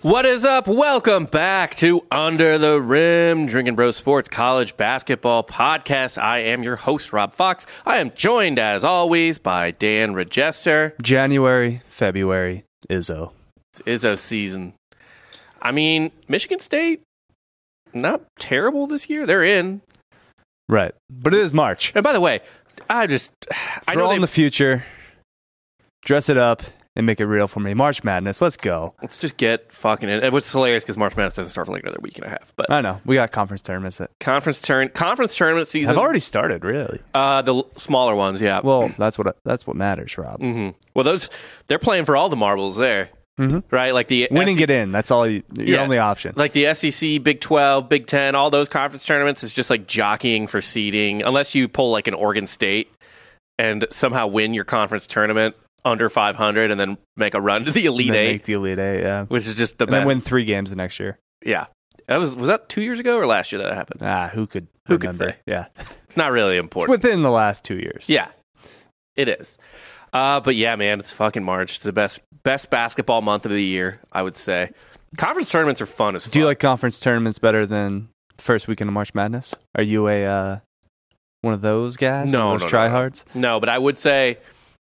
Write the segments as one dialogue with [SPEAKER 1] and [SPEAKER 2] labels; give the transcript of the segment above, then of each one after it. [SPEAKER 1] What is up? Welcome back to Under the Rim, Drinking Bro Sports College Basketball Podcast. I am your host, Rob Fox. I am joined, as always, by Dan Regester.
[SPEAKER 2] January, February, Izzo.
[SPEAKER 1] It's Izzo season. I mean, Michigan State, not terrible this year. They're in.
[SPEAKER 2] Right. But it is March.
[SPEAKER 1] And by the way, I just, I
[SPEAKER 2] Throw
[SPEAKER 1] know
[SPEAKER 2] on
[SPEAKER 1] they,
[SPEAKER 2] the future, dress it up, and make it real for me. March Madness, let's go.
[SPEAKER 1] let's just get fucking in. What's hilarious because March Madness doesn't start for like another week and a half. But
[SPEAKER 2] I know. We got conference tournaments that
[SPEAKER 1] conference turn, conference tournament season.
[SPEAKER 2] have already started, really.
[SPEAKER 1] uh, the l- smaller ones, yeah.
[SPEAKER 2] Well, that's what that's what matters, Rob.
[SPEAKER 1] hmm Well, those they're playing for all the marbles there,
[SPEAKER 2] Mhm.
[SPEAKER 1] right? Like the
[SPEAKER 2] Winning
[SPEAKER 1] SEC
[SPEAKER 2] it in, that's all you, your
[SPEAKER 1] Yeah.
[SPEAKER 2] only option.
[SPEAKER 1] like the SEC, Big Twelve, Big Ten, all those conference tournaments is just like jockeying for seeding. Unless you pull like an Oregon State and somehow win your conference tournament under 500 and then make a run to the
[SPEAKER 2] And
[SPEAKER 1] Elite
[SPEAKER 2] then
[SPEAKER 1] Eight,
[SPEAKER 2] make the Elite Eight, yeah. And
[SPEAKER 1] which is just the
[SPEAKER 2] then
[SPEAKER 1] best.
[SPEAKER 2] win three games the next year.
[SPEAKER 1] yeah, that was was that two years ago or last year that happened?
[SPEAKER 2] Ah, who could
[SPEAKER 1] Who could
[SPEAKER 2] remember?
[SPEAKER 1] say?
[SPEAKER 2] Yeah.
[SPEAKER 1] It's not really
[SPEAKER 2] It's
[SPEAKER 1] important.
[SPEAKER 2] within the last two years.
[SPEAKER 1] Yeah, it is. Uh, but yeah, man, it's fucking March. It's the best best basketball month of the year, I would say. Conference tournaments are fun as fuck.
[SPEAKER 2] Do you like conference tournaments better than first weekend of March Madness? Are you a uh, one of those guys?
[SPEAKER 1] No,
[SPEAKER 2] one of those
[SPEAKER 1] no, no, no.
[SPEAKER 2] tryhards.
[SPEAKER 1] No, but I would say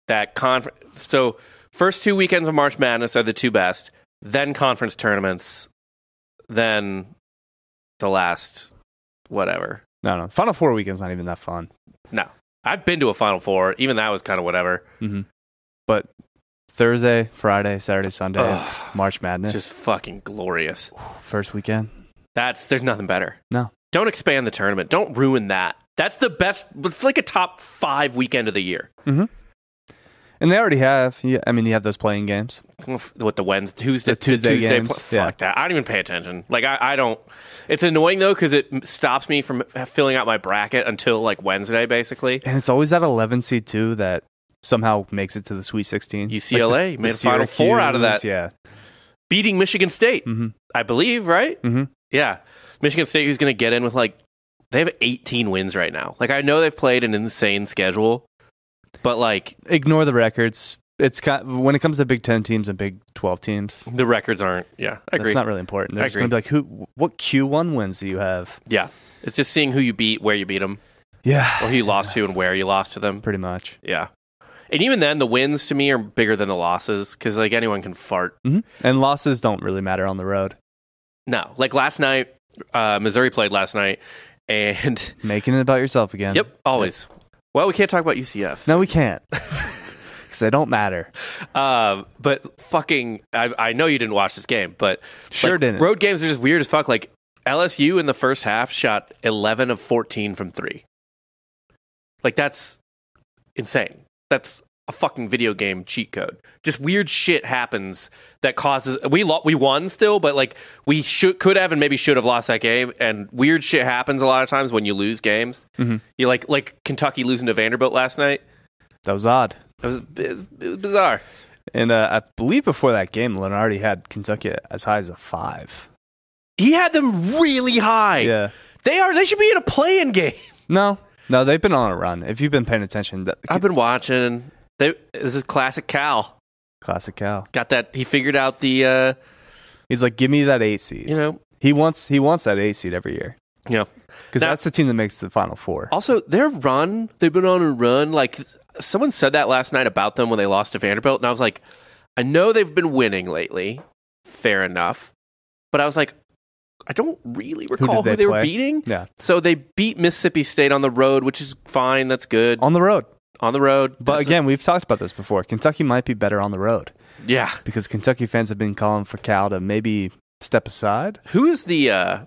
[SPEAKER 1] that conference. So first two weekends of March Madness are the two best. Then conference tournaments. Then the last whatever.
[SPEAKER 2] No, no. Final four weekend's not even that fun.
[SPEAKER 1] No, I've been to a Final Four. Even that was kind of whatever.
[SPEAKER 2] Mm-hmm. But Thursday, Friday, Saturday, Sunday,
[SPEAKER 1] Ugh.
[SPEAKER 2] March Madness,
[SPEAKER 1] Just fucking glorious.
[SPEAKER 2] first weekend.
[SPEAKER 1] That's there's nothing better.
[SPEAKER 2] No.
[SPEAKER 1] Don't expand the tournament. Don't ruin that. That's the best. It's like a top five weekend of the year.
[SPEAKER 2] And they already have. Yeah, I mean, you have those playing games.
[SPEAKER 1] What the Wednesday, Tuesday,
[SPEAKER 2] The Tuesday
[SPEAKER 1] Tuesday
[SPEAKER 2] games,
[SPEAKER 1] pl- fuck that. I don't even pay attention. Like I, I don't. It's annoying though because it m- stops me from filling out my bracket until like Wednesday, basically.
[SPEAKER 2] And it's always that 11 seed too that somehow makes it to the Sweet 16.
[SPEAKER 1] UCLA made a Final Four out of that.
[SPEAKER 2] Syracuse, Yeah.
[SPEAKER 1] Beating Michigan State,
[SPEAKER 2] Mhm.
[SPEAKER 1] I believe, right?
[SPEAKER 2] Mhm.
[SPEAKER 1] Yeah, Michigan State, who's going to get in with like they have 18 wins right now. Like I know they've played an insane schedule, but like
[SPEAKER 2] Ignore the records. It's kind when it comes to Big Ten teams and Big Twelve teams.
[SPEAKER 1] the records aren't. Yeah, I agree.
[SPEAKER 2] That's not really important. They're
[SPEAKER 1] I
[SPEAKER 2] just going to
[SPEAKER 1] agree.
[SPEAKER 2] be like, who? What Q one wins do you have?
[SPEAKER 1] Yeah. It's just seeing who you beat, where you beat them,
[SPEAKER 2] Yeah,
[SPEAKER 1] or who you lost to, and where you lost to them.
[SPEAKER 2] pretty much.
[SPEAKER 1] Yeah. And even then, the wins to me are bigger than the losses because, like, anyone can fart.
[SPEAKER 2] hmm And losses don't really matter on the road.
[SPEAKER 1] No. Like, last night, uh, Missouri played last night, and
[SPEAKER 2] Making it about yourself again.
[SPEAKER 1] yep, always. Well, we can't talk about UCF.
[SPEAKER 2] No, we can't. Because they don't matter.
[SPEAKER 1] Um, but fucking, I, I know you didn't watch this game, but
[SPEAKER 2] Sure
[SPEAKER 1] like,
[SPEAKER 2] didn't.
[SPEAKER 1] Road games are just weird as fuck. Like, LSU in the first half shot 11 of 14 from three. Like, that's insane. That's a fucking video game cheat code. Just weird shit happens that causes we lo- we won still, but like we should could have and maybe should have lost that game. And weird shit happens a lot of times when you lose games.
[SPEAKER 2] Mhm.
[SPEAKER 1] You like like Kentucky losing to Vanderbilt last night.
[SPEAKER 2] That was odd.
[SPEAKER 1] It was, it was, it was bizarre.
[SPEAKER 2] And uh, I believe before that game, Lenardi had Kentucky as high as a five.
[SPEAKER 1] He had them really high.
[SPEAKER 2] Yeah.
[SPEAKER 1] They are. They should be in a playing game.
[SPEAKER 2] No, no, they've been on a run. If you've been paying attention, that,
[SPEAKER 1] I've been watching. They, this is classic Cal.
[SPEAKER 2] classic Cal.
[SPEAKER 1] Got that? He figured out the. Uh,
[SPEAKER 2] He's like, give me that eight seed.
[SPEAKER 1] you know.
[SPEAKER 2] He wants he wants that eight seed every year
[SPEAKER 1] You know.
[SPEAKER 2] because
[SPEAKER 1] Now-
[SPEAKER 2] that's the team that makes the final four.
[SPEAKER 1] Also, their run. They've been on a run. Like someone said that last night about them when they lost to Vanderbilt, and I was like, I know they've been winning lately. Fair enough, but I was like, I don't really recall who,
[SPEAKER 2] they
[SPEAKER 1] they, were
[SPEAKER 2] play?
[SPEAKER 1] beating.
[SPEAKER 2] Yeah,
[SPEAKER 1] So they beat Mississippi State on the road, which is fine. That's good on,
[SPEAKER 2] on the road.
[SPEAKER 1] the road.
[SPEAKER 2] But
[SPEAKER 1] That's a-
[SPEAKER 2] again, we've talked about this before. Kentucky might be better on the road
[SPEAKER 1] yeah.
[SPEAKER 2] because Kentucky fans have been calling for Cal to maybe step aside.
[SPEAKER 1] Who is the uh,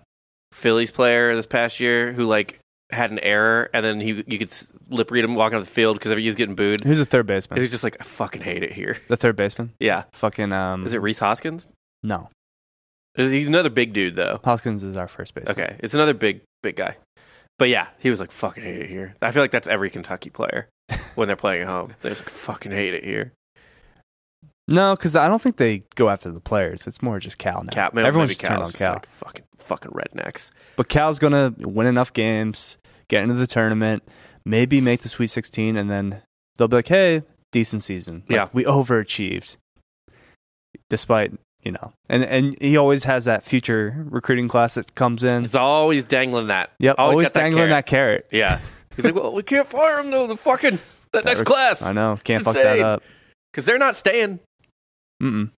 [SPEAKER 1] Phillies player this past year who like had an error, and then he you could s- lip read him walking off the field because he was getting booed.
[SPEAKER 2] Who's the third
[SPEAKER 1] It
[SPEAKER 2] baseman?
[SPEAKER 1] was just like I fucking hate it here.
[SPEAKER 2] The third baseman?
[SPEAKER 1] Yeah,
[SPEAKER 2] Fucking um.
[SPEAKER 1] is it Reese Hoskins?
[SPEAKER 2] no?
[SPEAKER 1] Is- He's another big dude though.
[SPEAKER 2] Hoskins is our first baseman.
[SPEAKER 1] Okay, it's another big big guy. But yeah, he was like fucking hate it here. I feel like that's every Kentucky player when they're playing at home. They're just like fucking hate it here.
[SPEAKER 2] No, because I don't think they go after the players. It's more just Cal now.
[SPEAKER 1] Cal, maybe
[SPEAKER 2] Everyone's
[SPEAKER 1] maybe
[SPEAKER 2] just turned
[SPEAKER 1] Cal's
[SPEAKER 2] on
[SPEAKER 1] just,
[SPEAKER 2] Cal.
[SPEAKER 1] like fucking fucking rednecks.
[SPEAKER 2] But Cal's gonna win enough games, get into the tournament, maybe make the Sweet 16, and then they'll be like, "Hey, decent season. Like,
[SPEAKER 1] Yeah.
[SPEAKER 2] we overachieved." Despite you know, and and he always has that future recruiting class that comes in.
[SPEAKER 1] It's always dangling that.
[SPEAKER 2] Yep, always,
[SPEAKER 1] got
[SPEAKER 2] dangling
[SPEAKER 1] carrot.
[SPEAKER 2] that carrot.
[SPEAKER 1] Yeah. He's like, well, we can't fire him though. The fucking that next
[SPEAKER 2] Or-
[SPEAKER 1] class
[SPEAKER 2] I know, can't
[SPEAKER 1] It's
[SPEAKER 2] fuck that
[SPEAKER 1] insane.
[SPEAKER 2] up.
[SPEAKER 1] because they're not staying.
[SPEAKER 2] Mm-mm.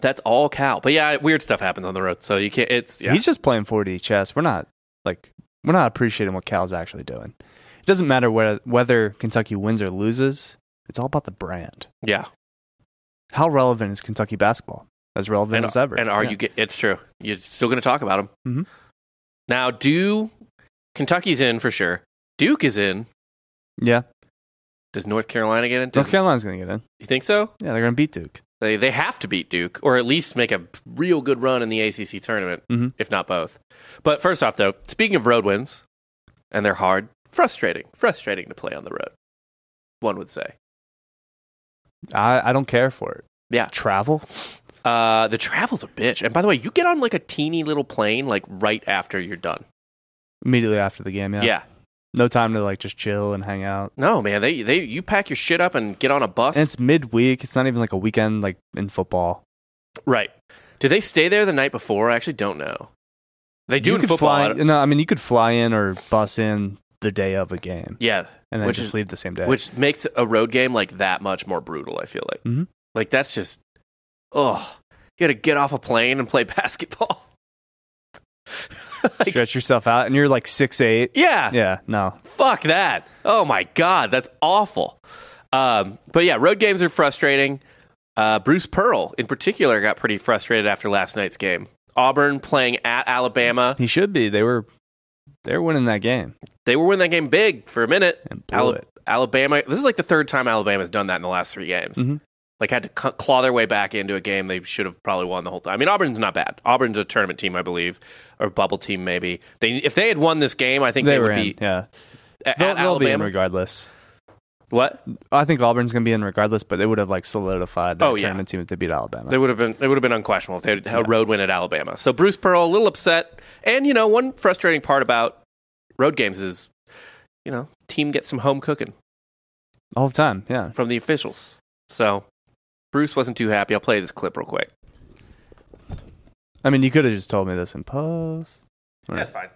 [SPEAKER 1] That's all Cal. But yeah, weird stuff happens on the road, so you can't. It's yeah.
[SPEAKER 2] He's just playing 4D chess. We're not like we're not appreciating what Cal's actually doing. It doesn't matter whether whether Kentucky wins or loses. It's all about the brand.
[SPEAKER 1] yeah.
[SPEAKER 2] How relevant is Kentucky basketball? As relevant
[SPEAKER 1] And,
[SPEAKER 2] as ever.
[SPEAKER 1] and are
[SPEAKER 2] Yeah.
[SPEAKER 1] you? Get, it's true. You're still going to talk about him.
[SPEAKER 2] Mhm.
[SPEAKER 1] Now, do Kentucky's in for sure? Duke is in.
[SPEAKER 2] Yeah,
[SPEAKER 1] Does North Carolina get in?
[SPEAKER 2] North
[SPEAKER 1] Does,
[SPEAKER 2] Carolina's going to get in.
[SPEAKER 1] you think so?
[SPEAKER 2] Yeah, they're going to beat Duke.
[SPEAKER 1] They they have to beat Duke or at least make a real good run in the ACC tournament,
[SPEAKER 2] Mhm.
[SPEAKER 1] if not both. But first off, though, speaking of road wins, and they're hard, frustrating, frustrating to play on the road. One would say,
[SPEAKER 2] I, I don't care for it.
[SPEAKER 1] yeah.
[SPEAKER 2] Travel?
[SPEAKER 1] Uh, the travel's a bitch. And by the way, you get on like a teeny little plane like right after you're done.
[SPEAKER 2] Immediately after the game, yeah.
[SPEAKER 1] Yeah.
[SPEAKER 2] No time to like just chill and hang out.
[SPEAKER 1] No, man. They they you pack your shit up and get on a bus.
[SPEAKER 2] And it's midweek. It's not even like a weekend like in football.
[SPEAKER 1] right. Do they stay there the night before? I actually don't know. They do
[SPEAKER 2] you
[SPEAKER 1] in
[SPEAKER 2] could
[SPEAKER 1] football. I
[SPEAKER 2] Fly,
[SPEAKER 1] don't-
[SPEAKER 2] no, I mean you could fly in or bus in the day of a game
[SPEAKER 1] yeah.
[SPEAKER 2] and then
[SPEAKER 1] Which
[SPEAKER 2] just
[SPEAKER 1] is-
[SPEAKER 2] leave the same day.
[SPEAKER 1] which makes a road game like that much more brutal. I feel like,
[SPEAKER 2] Mhm.
[SPEAKER 1] like that's just, oh, you got to get off a plane and play basketball. like,
[SPEAKER 2] stretch yourself out and you're like six eight.
[SPEAKER 1] yeah,
[SPEAKER 2] Yeah, no.
[SPEAKER 1] fuck that. Oh my god, that's awful. Um, but yeah, road games are frustrating. Uh, Bruce Pearl, in particular, got pretty frustrated after last night's game. Auburn playing at Alabama.
[SPEAKER 2] He should be. They were they were winning that game
[SPEAKER 1] They were winning that game big for a minute.
[SPEAKER 2] and blew
[SPEAKER 1] Ala-
[SPEAKER 2] it.
[SPEAKER 1] Alabama. This is like the third time Alabama's done that in the last three games.
[SPEAKER 2] Mhm.
[SPEAKER 1] Like had to c- claw their way back into a game they should have probably won the whole time. I mean, Auburn's not bad. Auburn's a tournament team, I believe, or bubble team maybe. They if they had won this game, I think they,
[SPEAKER 2] They were
[SPEAKER 1] would
[SPEAKER 2] in.
[SPEAKER 1] be
[SPEAKER 2] yeah,
[SPEAKER 1] at,
[SPEAKER 2] they'll,
[SPEAKER 1] at
[SPEAKER 2] they'll be in
[SPEAKER 1] Alabama.
[SPEAKER 2] regardless.
[SPEAKER 1] what
[SPEAKER 2] I think Auburn's going to be in regardless, but they would have like solidified that
[SPEAKER 1] Oh, yeah.
[SPEAKER 2] tournament team if they beat Alabama.
[SPEAKER 1] they would have been, they would have been unquestionable if they had had a road win at Alabama. So Bruce Pearl a little upset, and you know one frustrating part about road games is, you know, team gets some home cooking
[SPEAKER 2] All the time, yeah.
[SPEAKER 1] from the officials. So Bruce wasn't too happy. I'll play this clip real quick.
[SPEAKER 2] I mean, you could have just told me this in post.
[SPEAKER 1] That's fine.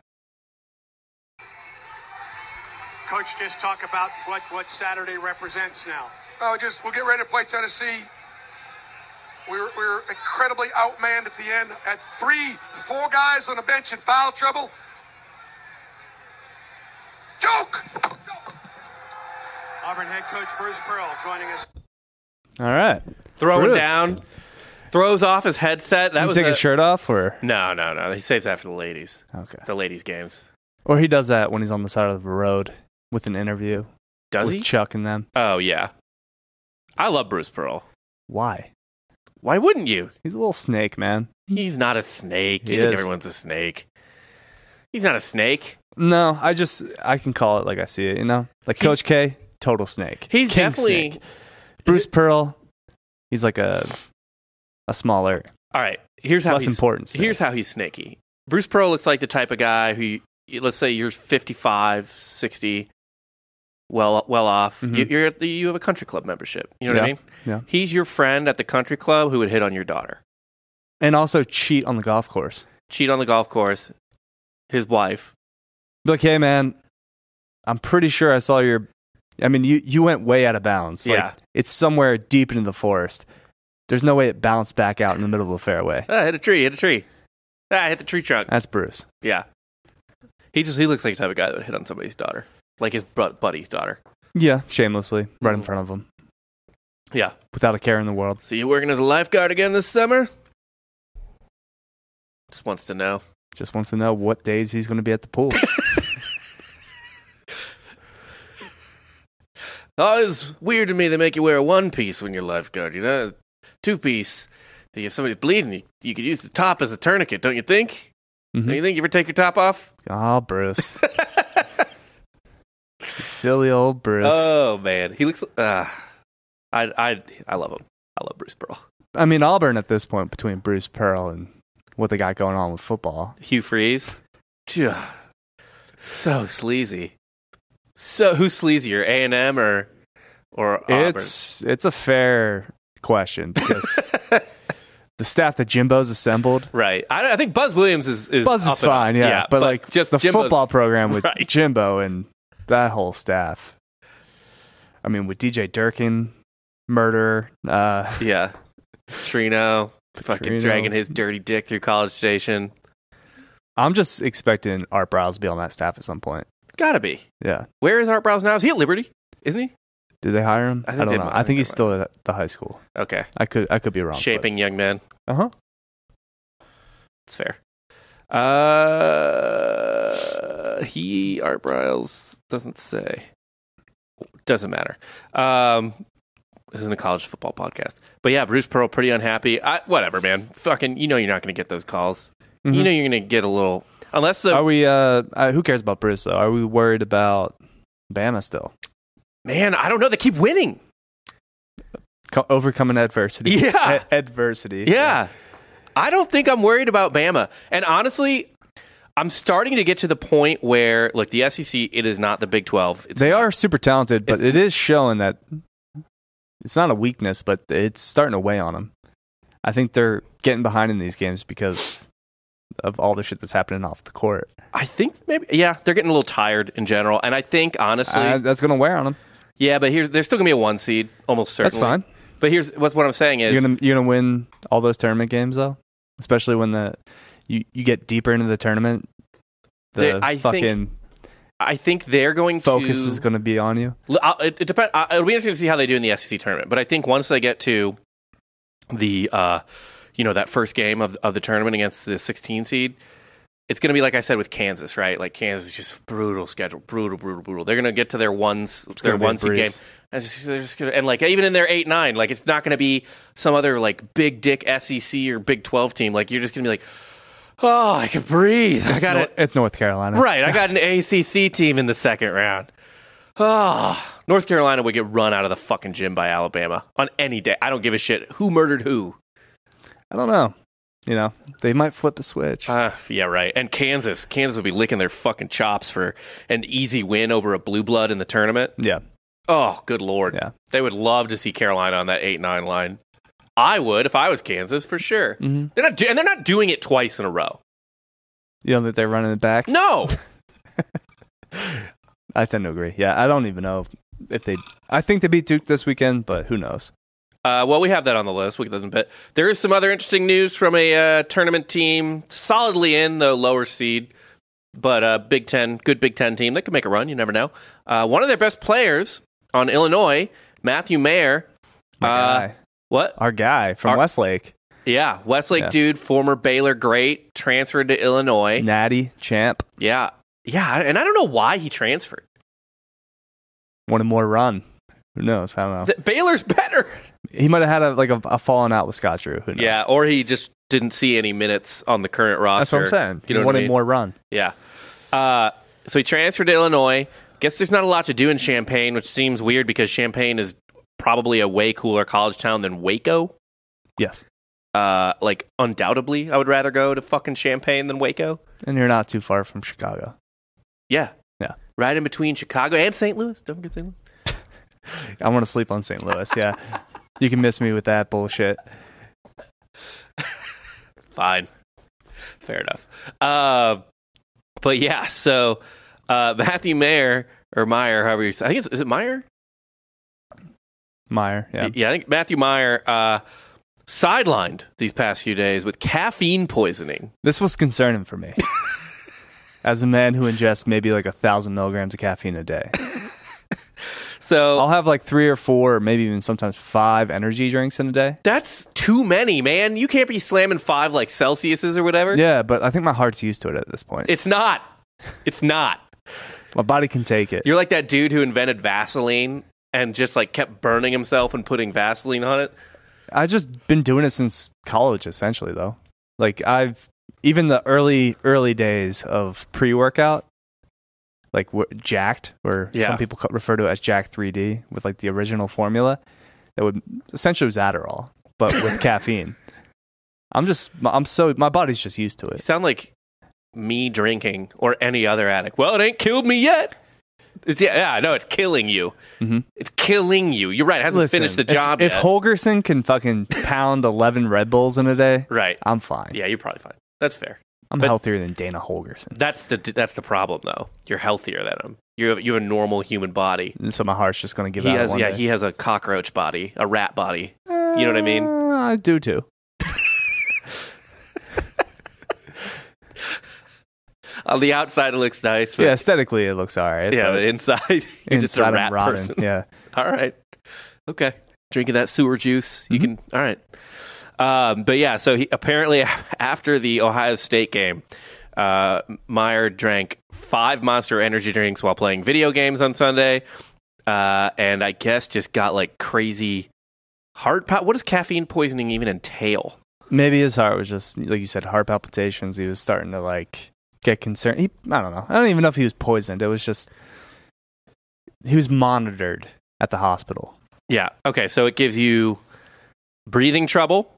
[SPEAKER 3] Coach, just talk about what, what Saturday represents now.
[SPEAKER 4] Oh, just we'll get ready to play Tennessee. We were, we were incredibly outmanned at the end. At three, four guys on the bench in foul trouble. Joke!
[SPEAKER 3] Auburn head coach Bruce Pearl joining us.
[SPEAKER 2] All right.
[SPEAKER 1] throwing
[SPEAKER 2] Bruce.
[SPEAKER 1] down, throws off his headset. That
[SPEAKER 2] Did he
[SPEAKER 1] was
[SPEAKER 2] take
[SPEAKER 1] a,
[SPEAKER 2] his shirt off, or
[SPEAKER 1] No, no, no. He saves that for the ladies.
[SPEAKER 2] okay,
[SPEAKER 1] The ladies' games.
[SPEAKER 2] or he does that when he's on the side of the road with an interview
[SPEAKER 1] Does
[SPEAKER 2] with
[SPEAKER 1] he?
[SPEAKER 2] Chuck and them.
[SPEAKER 1] oh yeah. I love Bruce Pearl.
[SPEAKER 2] Why?
[SPEAKER 1] Why wouldn't you?
[SPEAKER 2] He's a little snake, man.
[SPEAKER 1] He's not a snake.
[SPEAKER 2] He
[SPEAKER 1] you think
[SPEAKER 2] is.
[SPEAKER 1] everyone's a snake. He's not a snake.
[SPEAKER 2] No, I just I can call it like I see it. You know, like
[SPEAKER 1] He's-
[SPEAKER 2] Coach K, total snake.
[SPEAKER 1] He's
[SPEAKER 2] King
[SPEAKER 1] definitely
[SPEAKER 2] snake. Bruce Pearl. He's like a a smaller,
[SPEAKER 1] all right. Here's how
[SPEAKER 2] less
[SPEAKER 1] he's,
[SPEAKER 2] important. Snake.
[SPEAKER 1] here's how he's snaky. Bruce Pearl looks like the type of guy who, let's say, you're 55, 60, well, well off.
[SPEAKER 2] Mhm.
[SPEAKER 1] You, you're at the, you have a country club membership. You know what I
[SPEAKER 2] Yeah,
[SPEAKER 1] mean?
[SPEAKER 2] yeah.
[SPEAKER 1] He's your friend at the country club who would hit on your daughter.
[SPEAKER 2] and also cheat on the golf course.
[SPEAKER 1] cheat on the golf course. His wife.
[SPEAKER 2] Be like, hey man, I'm pretty sure I saw your. I mean, you you went way out of bounds. Like,
[SPEAKER 1] Yeah.
[SPEAKER 2] it's somewhere deep into the forest. There's no way it bounced back out in the middle of the fairway.
[SPEAKER 1] Ah, hit a tree. Hit a tree. Ah, hit the tree trunk.
[SPEAKER 2] That's Bruce.
[SPEAKER 1] Yeah. He just he looks like the type of guy that would hit on somebody's daughter, like his bro- buddy's daughter.
[SPEAKER 2] Yeah, shamelessly, right in
[SPEAKER 1] Mhm.
[SPEAKER 2] front of him,
[SPEAKER 1] Yeah.
[SPEAKER 2] without a care in the world.
[SPEAKER 1] So you working as a lifeguard again this summer? Just wants to know.
[SPEAKER 2] Just wants to know what days he's going to be at the pool.
[SPEAKER 1] Oh, it's weird to me they make you wear a one piece when you're lifeguard, you know? Two piece. If somebody's bleeding, you, you could use the top as a tourniquet, don't you think? Don't
[SPEAKER 2] Mhm.
[SPEAKER 1] you think you ever take your top off?
[SPEAKER 2] Oh, Bruce. Silly old Bruce.
[SPEAKER 1] Oh man, he looks. Uh, I I I love him. I love Bruce Pearl.
[SPEAKER 2] I mean, Auburn at this point between Bruce Pearl and what they got going on with football.
[SPEAKER 1] Hugh Freeze, Phew. so sleazy. So who's sleazier, A and M or or Auburn?
[SPEAKER 2] It's it's a fair question because the staff that Jimbo's assembled,
[SPEAKER 1] right. I, I think Buzz Williams is is
[SPEAKER 2] Buzz
[SPEAKER 1] up
[SPEAKER 2] is
[SPEAKER 1] and up.
[SPEAKER 2] fine, yeah, but, like just the
[SPEAKER 1] Jimbo's-
[SPEAKER 2] football program with
[SPEAKER 1] Right.
[SPEAKER 2] Jimbo and that whole staff. I mean, with DJ Durkin, murder, uh,
[SPEAKER 1] Yeah, Trino, fucking
[SPEAKER 2] Petrino.
[SPEAKER 1] dragging his dirty dick through College Station.
[SPEAKER 2] I'm just expecting Art Browse to be on that staff at some point.
[SPEAKER 1] Gotta be.
[SPEAKER 2] Yeah.
[SPEAKER 1] Where is Art Browse now? Is he at Liberty? Isn't he?
[SPEAKER 2] Did they hire him?
[SPEAKER 1] I
[SPEAKER 2] I,
[SPEAKER 1] think
[SPEAKER 2] don't
[SPEAKER 1] they
[SPEAKER 2] know.
[SPEAKER 1] might- I
[SPEAKER 2] I
[SPEAKER 1] think
[SPEAKER 2] think he's
[SPEAKER 1] they
[SPEAKER 2] still at the high school.
[SPEAKER 1] Okay,
[SPEAKER 2] I could I could be wrong.
[SPEAKER 1] shaping young men.
[SPEAKER 2] Uh huh.
[SPEAKER 1] It's fair. Uh, he Art Briles doesn't say. Doesn't matter. Um, this isn't a college football podcast, but yeah, Bruce Pearl pretty unhappy. I, whatever, man. Fucking, you know you're not going to get those calls.
[SPEAKER 2] Mm-hmm.
[SPEAKER 1] You know you're going to get a little unless the
[SPEAKER 2] Are we? Uh, uh, who cares about Bruce though? Are we worried about Bama still
[SPEAKER 1] man. I don't know. They keep winning.
[SPEAKER 2] Co- overcoming adversity?
[SPEAKER 1] Yeah.
[SPEAKER 2] A- adversity.
[SPEAKER 1] Yeah. I don't think I'm worried about Bama. And honestly, I'm starting to get to the point where look, the SEC it is not the Big 12. It's
[SPEAKER 2] they are super talented, but
[SPEAKER 1] It's-
[SPEAKER 2] it is showing that it's not a weakness, but it's starting to weigh on them. I think they're getting behind in these games because of all the shit that's happening off the court.
[SPEAKER 1] I think maybe yeah, they're getting a little tired in general, and I think honestly,
[SPEAKER 2] Uh, that's gonna wear on them.
[SPEAKER 1] yeah, but here's they're still gonna be a one seed almost certainly.
[SPEAKER 2] That's fine.
[SPEAKER 1] But here's what's what I'm saying is
[SPEAKER 2] You're gonna you're gonna win all those tournament games though, especially when the you you get deeper into the tournament. The
[SPEAKER 1] They- I
[SPEAKER 2] fucking
[SPEAKER 1] think I think they're going
[SPEAKER 2] focus
[SPEAKER 1] to
[SPEAKER 2] is gonna be on you.
[SPEAKER 1] L- I'll- It, it depends. I- It'll be interesting to see how they do in the SEC tournament. But I think once they get to the, uh, you know, that first game of of the tournament against the 16 seed, it's going to be like I said with Kansas, right? Like Kansas is just brutal schedule, brutal, brutal, brutal. They're going to get to their ones, their
[SPEAKER 2] gonna be a
[SPEAKER 1] one seed game,
[SPEAKER 2] breeze.
[SPEAKER 1] and, just, they're just gonna, and like even in their eight nine, like it's not going to be some other like big dick SEC or Big 12 team. Like you're just going to be like, oh, I can breathe. I
[SPEAKER 2] It's
[SPEAKER 1] got it.
[SPEAKER 2] Nor- It's North Carolina,
[SPEAKER 1] Right. I got an ACC team in the second round. Ah, North Carolina would get run out of the fucking gym by Alabama on any day. I don't give a shit who murdered who.
[SPEAKER 2] I don't know. You know, they might flip the switch.
[SPEAKER 1] Uh, yeah, right. And Kansas, Kansas would be licking their fucking chops for an easy win over a blue blood in the tournament.
[SPEAKER 2] yeah,
[SPEAKER 1] Oh, good lord.
[SPEAKER 2] Yeah.
[SPEAKER 1] They would love to see Carolina on that 8-9 line. I would if I was Kansas for sure.
[SPEAKER 2] Mhm.
[SPEAKER 1] They're not do- and they're not doing it twice in a row.
[SPEAKER 2] you know that they're running it back.
[SPEAKER 1] No.
[SPEAKER 2] I tend to agree. Yeah, I don't even know if they. I think they beat Duke this weekend, but who knows?
[SPEAKER 1] Uh, well, we have that on the list. We doesn't bet. There is some other interesting news from a uh, tournament team solidly in the lower seed, but uh, Big Ten, good Big Ten team that could make a run. You never know. Uh, one of their best players on Illinois, Matthew Mayer.
[SPEAKER 2] My
[SPEAKER 1] Uh,
[SPEAKER 2] guy,
[SPEAKER 1] What?
[SPEAKER 2] our guy from
[SPEAKER 1] our-
[SPEAKER 2] Westlake,
[SPEAKER 1] Yeah, Westlake
[SPEAKER 2] Yeah.
[SPEAKER 1] dude, former Baylor great, transferred to Illinois.
[SPEAKER 2] Natty Champ,
[SPEAKER 1] Yeah, yeah, and I don't know why he transferred.
[SPEAKER 2] wanted more run. Who knows? I don't know.
[SPEAKER 1] Th- Baylor's better.
[SPEAKER 2] he might have had a, like a, a falling out with Scott Drew. Who knows?
[SPEAKER 1] Yeah, or he just didn't see any minutes on the current
[SPEAKER 2] that's
[SPEAKER 1] roster.
[SPEAKER 2] what I'm saying.
[SPEAKER 1] You know what
[SPEAKER 2] he
[SPEAKER 1] I
[SPEAKER 2] wanted
[SPEAKER 1] mean?
[SPEAKER 2] more run.
[SPEAKER 1] Yeah. Uh, so he transferred to Illinois. Guess there's not a lot to do in Champaign, which seems weird because Champaign is probably a way cooler college town than Waco.
[SPEAKER 2] Yes,
[SPEAKER 1] Uh, like undoubtedly, I would rather go to fucking Champaign than Waco.
[SPEAKER 2] and you're not too far from Chicago.
[SPEAKER 1] Yeah.
[SPEAKER 2] Yeah.
[SPEAKER 1] Right in between Chicago and St. Louis. Don't forget St. Louis.
[SPEAKER 2] I want to sleep on St. Louis. Yeah, you can miss me with that bullshit.
[SPEAKER 1] Fine. Fair enough. Uh, but yeah, so uh, Matthew Mayer or Meyer, however you say, I think it's, is it Meyer?
[SPEAKER 2] Meyer. Yeah.
[SPEAKER 1] Yeah. I think Matthew Meyer uh, sidelined these past few days with caffeine poisoning.
[SPEAKER 2] This was concerning for me. As a man who ingests maybe like a thousand milligrams of caffeine a day,
[SPEAKER 1] So
[SPEAKER 2] I'll have like three or four, or maybe even sometimes five energy drinks in a day.
[SPEAKER 1] that's too many, man. You can't be slamming five like Celsiuses or whatever.
[SPEAKER 2] Yeah, but I think my heart's used to it at this point.
[SPEAKER 1] It's not. It's not.
[SPEAKER 2] my body can take it.
[SPEAKER 1] You're like that dude who invented Vaseline and just like kept burning himself and putting Vaseline on it.
[SPEAKER 2] I've just been doing it since college, essentially, though. Like, I've even the early, early days of pre workout, like w- jacked, or
[SPEAKER 1] Yeah.
[SPEAKER 2] some people ca- refer to it as Jack 3D with like the original formula that would essentially was Adderall, but with caffeine. I'm just, I'm so, my body's just used to
[SPEAKER 1] You
[SPEAKER 2] it.
[SPEAKER 1] sound like me drinking or any other addict. Well, it ain't killed me yet. It's yeah, yeah, I know it's killing you.
[SPEAKER 2] Mhm.
[SPEAKER 1] It's killing you. You're right. It hasn't
[SPEAKER 2] Listen,
[SPEAKER 1] finished the
[SPEAKER 2] if-
[SPEAKER 1] job
[SPEAKER 2] If,
[SPEAKER 1] yet.
[SPEAKER 2] Holgerson can fucking pound 11 Red Bulls in a day,
[SPEAKER 1] right.
[SPEAKER 2] I'm fine.
[SPEAKER 1] Yeah, you're probably fine. That's fair.
[SPEAKER 2] I'm
[SPEAKER 1] but-
[SPEAKER 2] healthier than Dana Holgerson.
[SPEAKER 1] That's the that's the problem though. You're healthier than him. You have you have a normal human body.
[SPEAKER 2] And so my heart's just going to give
[SPEAKER 1] he
[SPEAKER 2] out.
[SPEAKER 1] has
[SPEAKER 2] one
[SPEAKER 1] yeah
[SPEAKER 2] day.
[SPEAKER 1] he has a cockroach body, a rat body. You know what I mean?
[SPEAKER 2] Uh, I do too.
[SPEAKER 1] On the outside it looks nice. But
[SPEAKER 2] Yeah, aesthetically it looks all right.
[SPEAKER 1] yeah,
[SPEAKER 2] but
[SPEAKER 1] the inside you're just
[SPEAKER 2] inside
[SPEAKER 1] a
[SPEAKER 2] I'm
[SPEAKER 1] rat
[SPEAKER 2] rotten.
[SPEAKER 1] person.
[SPEAKER 2] Yeah,
[SPEAKER 1] All right. Okay. Drinking that sewer juice. You can. All right. Um, but yeah, so he, apparently after the Ohio State game, uh, Meyer drank five Monster Energy drinks while playing video games on Sunday, uh, and I guess just got like crazy heart. Pa- what does caffeine poisoning even entail?
[SPEAKER 2] maybe his heart was just like you said, heart palpitations. He was starting to like get concerned. He, I don't know. I don't even know if he was poisoned. It was just he was monitored at the hospital.
[SPEAKER 1] Yeah. Okay. So it gives you breathing trouble,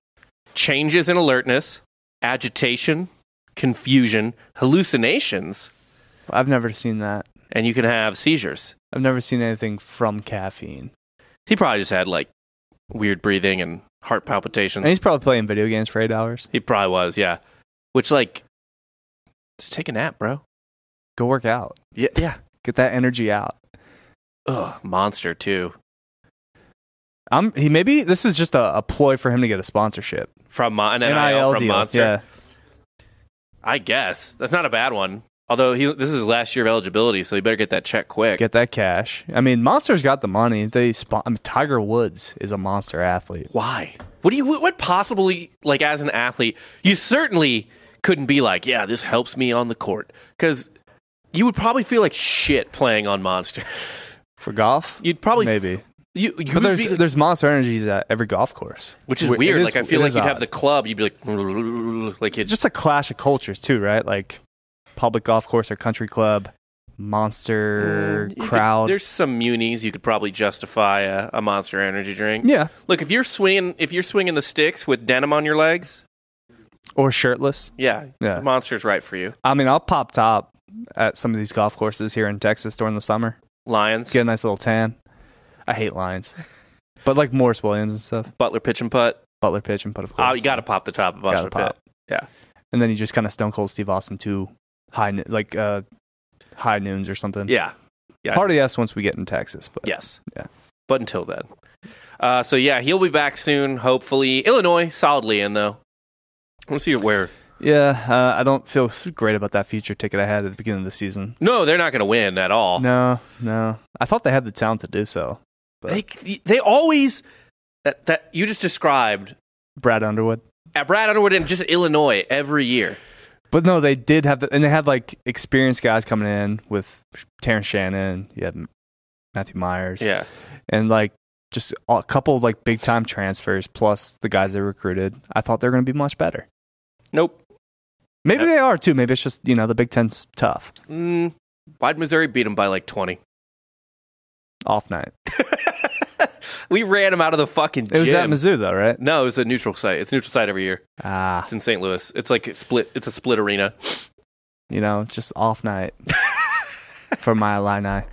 [SPEAKER 1] changes in alertness, agitation, confusion, hallucinations.
[SPEAKER 2] I've never seen that.
[SPEAKER 1] and you can have seizures.
[SPEAKER 2] I've never seen anything from caffeine.
[SPEAKER 1] He probably just had like weird breathing and heart
[SPEAKER 2] And
[SPEAKER 1] palpitations.
[SPEAKER 2] he's probably playing video games for eight hours.
[SPEAKER 1] He probably was, yeah. Which like, just take a nap, bro.
[SPEAKER 2] Go work out.
[SPEAKER 1] Yeah, yeah.
[SPEAKER 2] Get that energy out.
[SPEAKER 1] Ugh, monster too
[SPEAKER 2] I'm he maybe this is just a, a ploy for him to get a sponsorship.
[SPEAKER 1] from Mon- an NIL, from Monster.
[SPEAKER 2] Yeah.
[SPEAKER 1] I guess that's not a bad one. Although he, this is his last year of eligibility, so he better get that check quick.
[SPEAKER 2] get that cash. I mean, Monster's got the money. They spot. I mean, Tiger Woods is a monster athlete.
[SPEAKER 1] Why? What do you? What, what possibly like as an athlete? You certainly couldn't be like, yeah, this helps me on the court because you would probably feel like shit playing on Monster.
[SPEAKER 2] For golf,
[SPEAKER 1] You'd probably
[SPEAKER 2] maybe.
[SPEAKER 1] You, you
[SPEAKER 2] But
[SPEAKER 1] would
[SPEAKER 2] there's
[SPEAKER 1] be-
[SPEAKER 2] there's Monster Energies at every golf course,
[SPEAKER 1] which is
[SPEAKER 2] It
[SPEAKER 1] weird. like I feel
[SPEAKER 2] it
[SPEAKER 1] like
[SPEAKER 2] is
[SPEAKER 1] you'd have
[SPEAKER 2] odd.
[SPEAKER 1] the club, you'd be like, like it
[SPEAKER 2] just a clash of cultures too, right? Like public golf course or country club, Monster
[SPEAKER 1] Mm, You could-
[SPEAKER 2] crowd.
[SPEAKER 1] there's some munis you could probably justify a, a Monster Energy drink.
[SPEAKER 2] yeah,
[SPEAKER 1] Look, if you're swinging, if you're swinging the sticks with denim on your legs,
[SPEAKER 2] or shirtless.
[SPEAKER 1] yeah,
[SPEAKER 2] Yeah.
[SPEAKER 1] Monster's right for you.
[SPEAKER 2] I mean, I'll pop top at some of these golf courses here in Texas during the summer.
[SPEAKER 1] Lions,
[SPEAKER 2] Get a nice little tan. I hate lines, but like Morris Williams and stuff.
[SPEAKER 1] Butler pitch and putt.
[SPEAKER 2] Butler pitch and put of course.
[SPEAKER 1] Oh, you got to pop the top of Butler
[SPEAKER 2] Gotta
[SPEAKER 1] pit.
[SPEAKER 2] pop.
[SPEAKER 1] Yeah.
[SPEAKER 2] and then he just kind of Stone Cold Steve Austin to high no- like uh high noons or something.
[SPEAKER 1] Yeah. Yeah.
[SPEAKER 2] Part of yes once we get in Texas, but
[SPEAKER 1] Yes.
[SPEAKER 2] Yeah.
[SPEAKER 1] But until then. Uh, so yeah, he'll be back soon. Hopefully, Illinois solidly in though. Let's see where.
[SPEAKER 2] yeah, uh, I don't feel s- great about that future ticket I had at the beginning of the season.
[SPEAKER 1] No, they're not going to win at all.
[SPEAKER 2] No, no, I thought they had the talent to do so. But
[SPEAKER 1] They they always that that you just described
[SPEAKER 2] Brad Underwood,
[SPEAKER 1] at Brad Underwood and just Illinois every year.
[SPEAKER 2] but no, they did have, the, and they had like experienced guys coming in with Terrence Shannon. You had M- Matthew Myers,
[SPEAKER 1] Yeah,
[SPEAKER 2] and like just a couple of like big time transfers plus the guys they recruited. I thought they were going to be much better.
[SPEAKER 1] nope.
[SPEAKER 2] Maybe
[SPEAKER 1] Yeah.
[SPEAKER 2] they are too. Maybe it's just you know the Big Ten's tough.
[SPEAKER 1] Mm, why'd Missouri beat them by like twenty?
[SPEAKER 2] off night.
[SPEAKER 1] We ran them out of the fucking.
[SPEAKER 2] It was at
[SPEAKER 1] gym.
[SPEAKER 2] Mizzou though, right?
[SPEAKER 1] No, it was a neutral site. It's a neutral site every year.
[SPEAKER 2] Ah,
[SPEAKER 1] It's in St. Louis. It's like a split. It's a split arena.
[SPEAKER 2] you know, just off night for my Illini.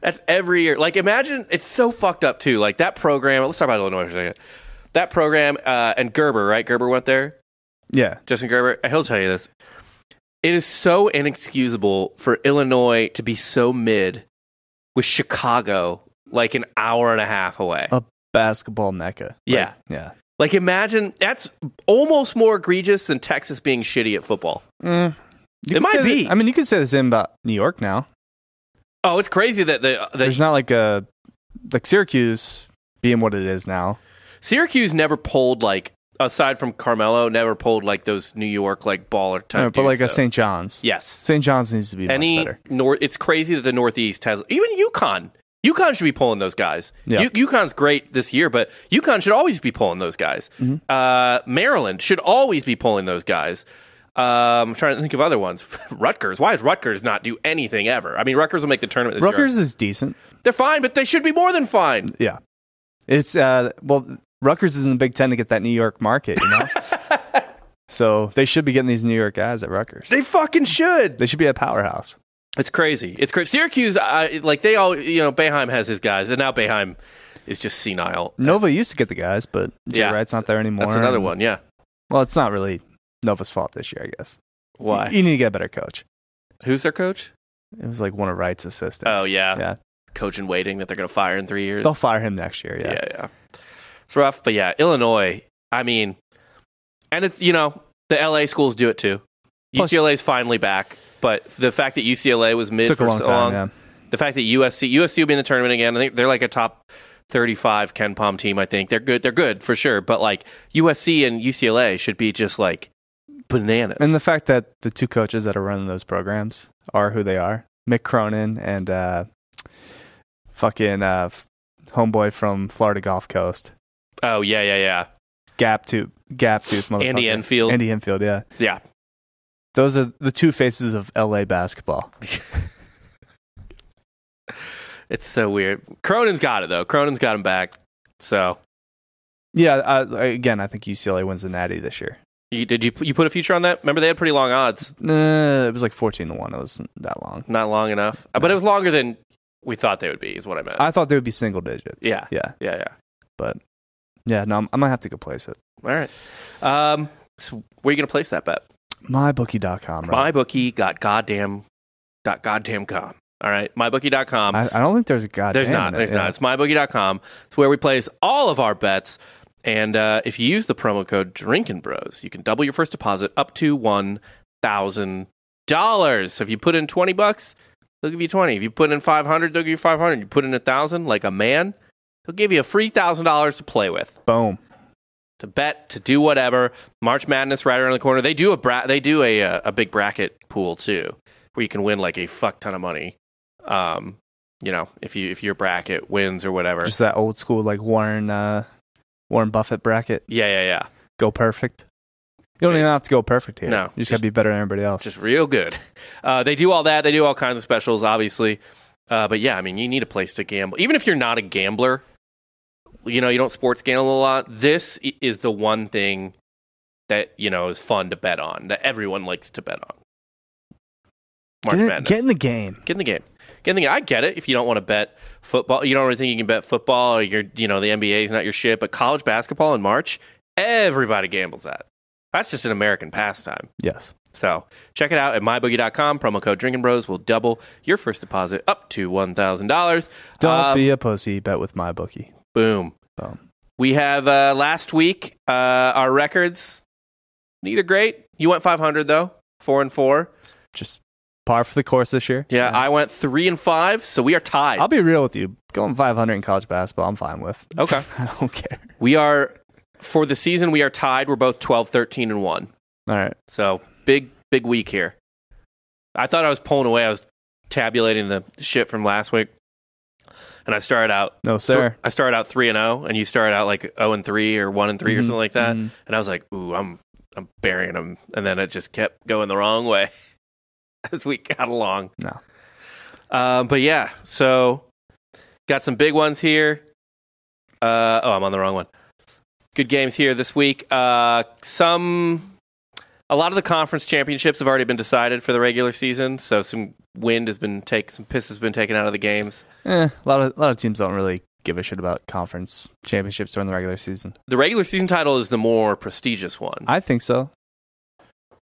[SPEAKER 1] That's every year. Like, imagine it's so fucked up too. Like that program. Let's talk about Illinois for a second. That program uh, and Gerber, right? Gerber went there.
[SPEAKER 2] Yeah,
[SPEAKER 1] Justin Gerber, he'll tell you this. It is so inexcusable for Illinois to be so mid with Chicago like an hour and a half away.
[SPEAKER 2] a basketball mecca. Like,
[SPEAKER 1] Yeah.
[SPEAKER 2] yeah.
[SPEAKER 1] Like imagine that's almost more egregious than Texas being shitty at football.
[SPEAKER 2] Mm. You
[SPEAKER 1] It
[SPEAKER 2] could
[SPEAKER 1] might
[SPEAKER 2] say
[SPEAKER 1] be.
[SPEAKER 2] that- I mean, you could say the same about New York now.
[SPEAKER 1] Oh, it's crazy that the that
[SPEAKER 2] There's not like a like Syracuse being what it is now.
[SPEAKER 1] Syracuse never pulled like aside from Carmelo never pulled like those New York like baller type.
[SPEAKER 2] No, but like a
[SPEAKER 1] dudes, though.
[SPEAKER 2] St. John's.
[SPEAKER 1] yes,
[SPEAKER 2] St. John's needs to be
[SPEAKER 1] any
[SPEAKER 2] much better.
[SPEAKER 1] north. It's crazy that the Northeast has even UConn UConn should be pulling those guys.
[SPEAKER 2] Yeah.
[SPEAKER 1] U- UConn's great this year, but UConn should always be pulling those guys.
[SPEAKER 2] Mm-hmm.
[SPEAKER 1] Uh, Maryland should always be pulling those guys. Um, I'm trying to think of other ones. Rutgers. Why is Rutgers not do anything ever? I mean, Rutgers will make the tournament this year.
[SPEAKER 2] Rutgers is decent.
[SPEAKER 1] They're fine, but they should be more than fine.
[SPEAKER 2] Yeah. It's uh well Rutgers is in the Big Ten to get that New York market, you know? so they should be getting these New York guys at Rutgers.
[SPEAKER 1] They fucking should.
[SPEAKER 2] They should be a powerhouse.
[SPEAKER 1] It's crazy. It's crazy. Syracuse, I, like they all, you know, Beheim has his guys, and now Beheim is just senile.
[SPEAKER 2] Nova used to get the guys, but Jay
[SPEAKER 1] Yeah.
[SPEAKER 2] Wright's not there anymore.
[SPEAKER 1] That's another
[SPEAKER 2] and-
[SPEAKER 1] one. Yeah.
[SPEAKER 2] Well, it's not really Nova's fault this year, I guess.
[SPEAKER 1] Why?
[SPEAKER 2] You, you need to get a better coach.
[SPEAKER 1] Who's their coach?
[SPEAKER 2] It was like one of Wright's assistants.
[SPEAKER 1] Oh, yeah.
[SPEAKER 2] Yeah.
[SPEAKER 1] Coach in waiting that they're going to fire in three years.
[SPEAKER 2] They'll fire him next year,
[SPEAKER 1] yeah, yeah. It's rough, but yeah, Illinois. I mean, and it's you know the LA schools do it too.
[SPEAKER 2] Plus-
[SPEAKER 1] UCLA's finally back, but the fact that UCLA was mid
[SPEAKER 2] Took
[SPEAKER 1] for
[SPEAKER 2] a long
[SPEAKER 1] so
[SPEAKER 2] time,
[SPEAKER 1] long,
[SPEAKER 2] yeah.
[SPEAKER 1] the fact that USC USC will be in the tournament again. I think they're like a top thirty-five Ken Palm team. I think they're good. They're good for sure. But like USC and UCLA should be just like bananas.
[SPEAKER 2] And the fact that the two coaches that are running those programs are who they are, Mick Cronin and uh, fucking uh, f- homeboy from Florida Gulf Coast,
[SPEAKER 1] oh yeah, yeah, yeah,
[SPEAKER 2] Gap Tooth, Gap Tooth, motherfucker.
[SPEAKER 1] Andy Enfield.
[SPEAKER 2] Andy Enfield, yeah.
[SPEAKER 1] yeah.
[SPEAKER 2] Those are the two faces of LA basketball.
[SPEAKER 1] It's so weird. Cronin's got it though. Cronin's got him back. So
[SPEAKER 2] Yeah, uh, again, I think UCLA wins the Natty this year.
[SPEAKER 1] you, did you you put a future on that? Remember they had pretty long odds.
[SPEAKER 2] Nah, it was like fourteen to one. It wasn't that long.
[SPEAKER 1] not long enough, Uh, but it was longer than we thought they would be. Is what I meant.
[SPEAKER 2] I thought they would be single digits.
[SPEAKER 1] Yeah.
[SPEAKER 2] yeah,
[SPEAKER 1] yeah, yeah.
[SPEAKER 2] but yeah. No, I'm, I might have to go place it.
[SPEAKER 1] All right. Um, so where are you gonna place that bet?
[SPEAKER 2] Mybookie.com. Right?
[SPEAKER 1] MyBookie got goddamn dot goddamn com. All right, mybookie.com.
[SPEAKER 2] I, I don't think there's a goddamn.
[SPEAKER 1] there's not.
[SPEAKER 2] in it,
[SPEAKER 1] There's
[SPEAKER 2] yeah.
[SPEAKER 1] not. It's mybookie.com. It's where we place all of our bets. And uh, if you use the promo code Drinking Bros, you can double your first deposit up to one thousand dollars. So if you put in twenty bucks, they'll give you twenty. If you put in five hundred, they'll give you five hundred. You put in a thousand, like a man, they'll give you a free thousand dollars to play with.
[SPEAKER 2] Boom.
[SPEAKER 1] to bet, to do whatever. March Madness right around the corner. They do a bra- they do a, uh, a a big bracket pool too, where you can win like a fuck ton of money. Um, you know, if you if your bracket wins or whatever.
[SPEAKER 2] Just that old school like Warren uh Warren Buffett bracket.
[SPEAKER 1] yeah, yeah, yeah.
[SPEAKER 2] Go perfect. You don't even have to go perfect here.
[SPEAKER 1] No,
[SPEAKER 2] You just,
[SPEAKER 1] just-
[SPEAKER 2] gotta be better than everybody else.
[SPEAKER 1] Just real good. Uh, they do all that. They do all kinds of specials, obviously. Uh, but yeah, I mean, you need a place to gamble. Even if you're not a gambler, you know, you don't sports gamble a lot. This i- is the one thing that you know is fun to bet on that everyone likes to bet on. March
[SPEAKER 2] get, in,
[SPEAKER 1] Madness.
[SPEAKER 2] get in the game.
[SPEAKER 1] Get in the game. Get in the game. I get it. If you don't want to bet football, you don't really think you can bet football. Or you're, you know, the NBA is not your shit. But college basketball in March, everybody gambles that. That's just an American pastime.
[SPEAKER 2] Yes.
[SPEAKER 1] So check it out at myboogie.com. Promo code Drinking Bros will double your first deposit up to one thousand dollars. Uh,
[SPEAKER 2] Don't
[SPEAKER 1] Um,
[SPEAKER 2] be a pussy, bet with my bookie. Um,
[SPEAKER 1] boom.
[SPEAKER 2] Boom.
[SPEAKER 1] We have uh, last week uh, our records. Neither great. You went five hundred though, four and four.
[SPEAKER 2] Just par for the course this year.
[SPEAKER 1] Yeah, I went three and five. So we are tied.
[SPEAKER 2] I'll be real with you. Going five hundred in college basketball, I'm fine with.
[SPEAKER 1] Okay.
[SPEAKER 2] I don't care.
[SPEAKER 1] We are for the season we are tied. We're both 12, 13 and 1.
[SPEAKER 2] All right.
[SPEAKER 1] So, big big week here. I thought I was pulling away. I was tabulating the shit from last week. And I started out
[SPEAKER 2] No, sir.
[SPEAKER 1] I started out 3 and 0 and you started out like 0 and 3 or 1 and 3
[SPEAKER 2] Mm-hmm.
[SPEAKER 1] or something like that. And I was like, "Ooh, I'm I'm burying them." And then it just kept going the wrong way as we got along.
[SPEAKER 2] No.
[SPEAKER 1] Um, but yeah, so got some big ones here. Uh, oh, I'm on the wrong one. Good games here this week. Uh, some, a lot of the conference championships have already been decided for the regular season. So some wind has been taken, some piss has been taken out of the games.
[SPEAKER 2] Eh, a lot of a lot of teams don't really give a shit about conference championships during the regular season.
[SPEAKER 1] The regular season title is the more prestigious one
[SPEAKER 2] I think so.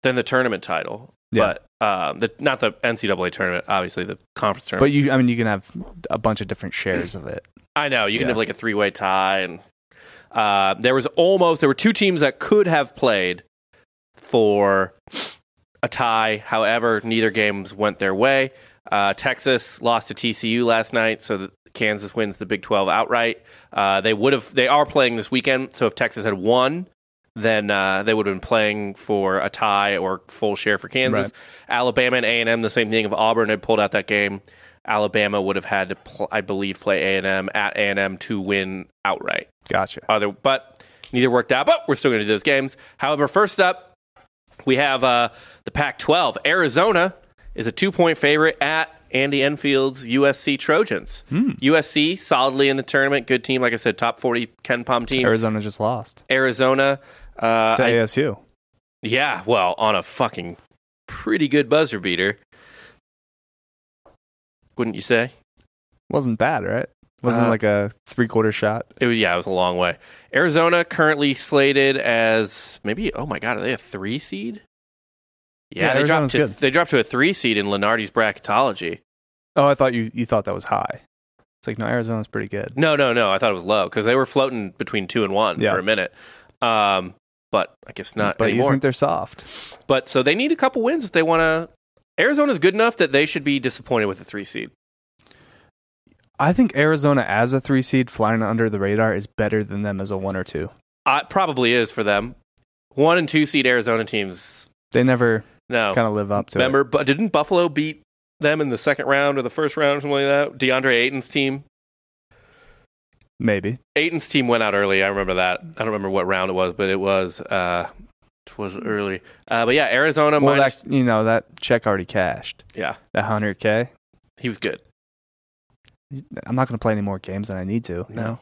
[SPEAKER 1] than the tournament title.
[SPEAKER 2] Yeah.
[SPEAKER 1] But um, the not the NCAA tournament, obviously the conference tournament.
[SPEAKER 2] But you I mean you can have a bunch of different shares of it.
[SPEAKER 1] I know you can
[SPEAKER 2] Yeah.
[SPEAKER 1] have like a three way tie, and uh, there was almost there were two teams that could have played for a tie. However, neither games went their way. Uh, Texas lost to TCU last night, so that Kansas wins the Big Twelve outright. Uh, they would have they are playing this weekend, so if Texas had won. Then uh, they would have been playing for a tie or full share for Kansas. Alabama and A and M, the same thing. If Auburn had pulled out that game, Alabama would have had to, pl- I believe, play A and M at A and M to win outright.
[SPEAKER 2] Gotcha.
[SPEAKER 1] Other, but neither worked out. But we're still going to do those games. However, first up, we have uh, the Pac-12. Arizona is a two-point favorite at Andy Enfield's USC Trojans. USC solidly in the tournament. Good team, like I said, top forty Ken Palm team.
[SPEAKER 2] Arizona just lost
[SPEAKER 1] Arizona. Uh,
[SPEAKER 2] to
[SPEAKER 1] I-
[SPEAKER 2] ASU.
[SPEAKER 1] yeah, well, on a fucking pretty good buzzer beater. Wouldn't you say?
[SPEAKER 2] Wasn't bad, right? Wasn't
[SPEAKER 1] Uh,
[SPEAKER 2] like a three quarter shot.
[SPEAKER 1] It was, yeah, it was a long way. Arizona currently slated as maybe. Oh my god, are they a three seed? Yeah,
[SPEAKER 2] Yeah,
[SPEAKER 1] they dropped
[SPEAKER 2] Arizona's
[SPEAKER 1] to
[SPEAKER 2] good.
[SPEAKER 1] they dropped to a three seed in Lenardi's bracketology.
[SPEAKER 2] Oh, I thought you you thought that was high. It's like no, Arizona's pretty good.
[SPEAKER 1] No, no, no. I thought it was low because they were floating between two and one
[SPEAKER 2] Yeah.
[SPEAKER 1] for a minute. Um, but I guess not
[SPEAKER 2] but you
[SPEAKER 1] anymore.
[SPEAKER 2] think they're soft?
[SPEAKER 1] but so they need a couple wins if they want to. Arizona's good enough that they should be disappointed with a three seed.
[SPEAKER 2] I think Arizona as a three seed flying under the radar is better than them as a one or two.
[SPEAKER 1] Uh, it probably is for them. One and two seed Arizona teams.
[SPEAKER 2] They never
[SPEAKER 1] No,
[SPEAKER 2] kind of live up
[SPEAKER 1] Oh.
[SPEAKER 2] to
[SPEAKER 1] remember,
[SPEAKER 2] it.
[SPEAKER 1] but didn't Buffalo beat them in the second round or the first round or something like that? DeAndre Ayton's team.
[SPEAKER 2] Maybe
[SPEAKER 1] Ayton's team went out early. I remember that. I don't remember what round it was, but it was uh, it was early. Uh, but yeah, Arizona.
[SPEAKER 2] well,
[SPEAKER 1] minus-
[SPEAKER 2] that you know that check already cashed.
[SPEAKER 1] yeah,
[SPEAKER 2] That hundred k.
[SPEAKER 1] he was good.
[SPEAKER 2] I'm not going to play any more games than I need to. You
[SPEAKER 1] No.
[SPEAKER 2] know?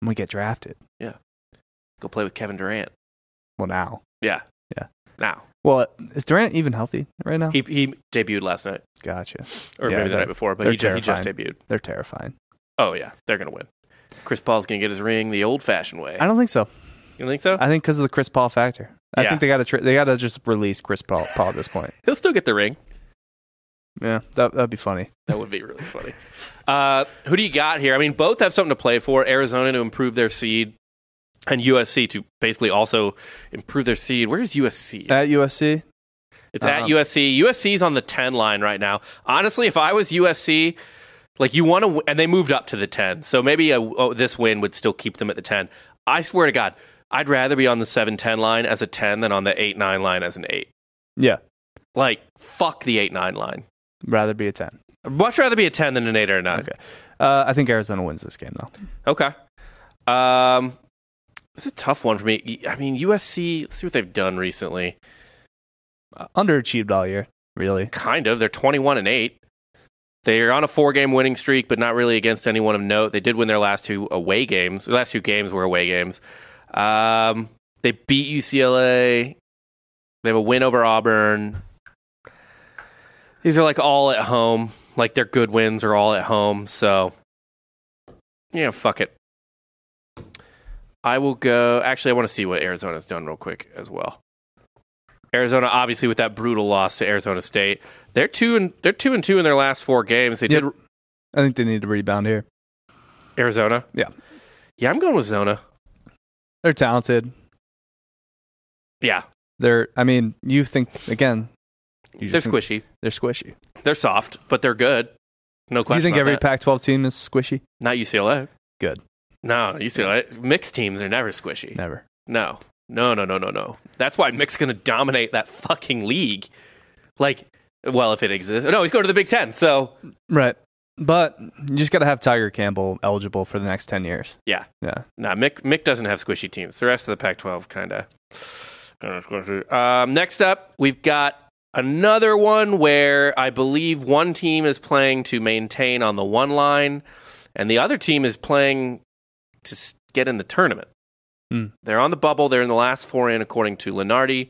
[SPEAKER 2] I'm going to get drafted.
[SPEAKER 1] Go play with Kevin Durant
[SPEAKER 2] Well, now.
[SPEAKER 1] now.
[SPEAKER 2] Well, is Durant even healthy right now?
[SPEAKER 1] He he debuted last night
[SPEAKER 2] gotcha.
[SPEAKER 1] or
[SPEAKER 2] Yeah,
[SPEAKER 1] maybe the
[SPEAKER 2] they're-
[SPEAKER 1] night before, but
[SPEAKER 2] they're
[SPEAKER 1] he, ju- he just debuted.
[SPEAKER 2] They're terrifying.
[SPEAKER 1] Oh yeah, they're gonna win. Chris Paul's gonna get his ring the old-fashioned way.
[SPEAKER 2] I don't think so.
[SPEAKER 1] You think so?
[SPEAKER 2] I think because of the Chris Paul factor. I
[SPEAKER 1] Yeah.
[SPEAKER 2] think they got to tr they got to just release Chris Paul, Paul at this point.
[SPEAKER 1] He'll still get the ring.
[SPEAKER 2] Yeah, that that'd be funny.
[SPEAKER 1] That would be really funny. Uh, who do you got here? I mean, both have something to play for. Arizona to improve their seed, and USC to basically also improve their seed. Where's USC?
[SPEAKER 2] At USC,
[SPEAKER 1] it's at
[SPEAKER 2] um,
[SPEAKER 1] USC. USC's on the ten line right now. Honestly, if I was USC, like you want to, and they moved up to the ten, so maybe a, oh, this win would still keep them at the ten. I swear to God, I'd rather be on the 7-10 line as a ten than on the eight nine line as an eight.
[SPEAKER 2] yeah,
[SPEAKER 1] Like fuck the eight nine line.
[SPEAKER 2] rather be a ten.
[SPEAKER 1] I'd much rather be a ten than an eight or a nine.
[SPEAKER 2] Okay. Uh, I think Arizona wins this game though.
[SPEAKER 1] Okay. Um, it's a tough one for me. I mean, USC. Let's see what they've done recently.
[SPEAKER 2] Uh, Underachieved all year, really.
[SPEAKER 1] Kind of. They're twenty-one and eight. They're on a four-game winning streak, but not really against anyone of note. They did win their last two away games. The last two games were away games. Um, they beat UCLA. They have a win over Auburn. These are like all at home. Like their good wins are all at home. So, yeah, fuck it. I will go. Actually, I want to see what Arizona's done real quick as well. Arizona, obviously, with that brutal loss to Arizona State, they're two and they're two and two in their last four games. They
[SPEAKER 2] Yep.
[SPEAKER 1] did
[SPEAKER 2] I think they need to rebound here.
[SPEAKER 1] Arizona.
[SPEAKER 2] Yeah.
[SPEAKER 1] yeah, I'm going with Zona.
[SPEAKER 2] They're talented.
[SPEAKER 1] Yeah,
[SPEAKER 2] They're. I mean, you think again? You
[SPEAKER 1] they're
[SPEAKER 2] just think
[SPEAKER 1] squishy.
[SPEAKER 2] They're squishy.
[SPEAKER 1] They're soft, but they're good. No
[SPEAKER 2] Do
[SPEAKER 1] question.
[SPEAKER 2] you think
[SPEAKER 1] about
[SPEAKER 2] every
[SPEAKER 1] that.
[SPEAKER 2] Pac-12 team is squishy?
[SPEAKER 1] not UCLA?
[SPEAKER 2] Good.
[SPEAKER 1] No, UCLA mixed teams are never squishy.
[SPEAKER 2] Never.
[SPEAKER 1] No, no, no, no, no, no. That's why Mick's going to dominate that fucking league. Like, well, if it exists. No, he's going to the Big Ten. So,
[SPEAKER 2] Right. But you just got to have Tiger Campbell eligible for the next 10 years.
[SPEAKER 1] yeah.
[SPEAKER 2] Yeah.
[SPEAKER 1] Nah, Mick, Mick doesn't have squishy teams. The rest of the Pac 12 kind of. Um, next up, we've got another one where I believe one team is playing to maintain on the one line, and the other team is playing to s- get in the tournament.
[SPEAKER 2] Hmm.
[SPEAKER 1] They're on the bubble. They're in the last four in, according to Lenardi.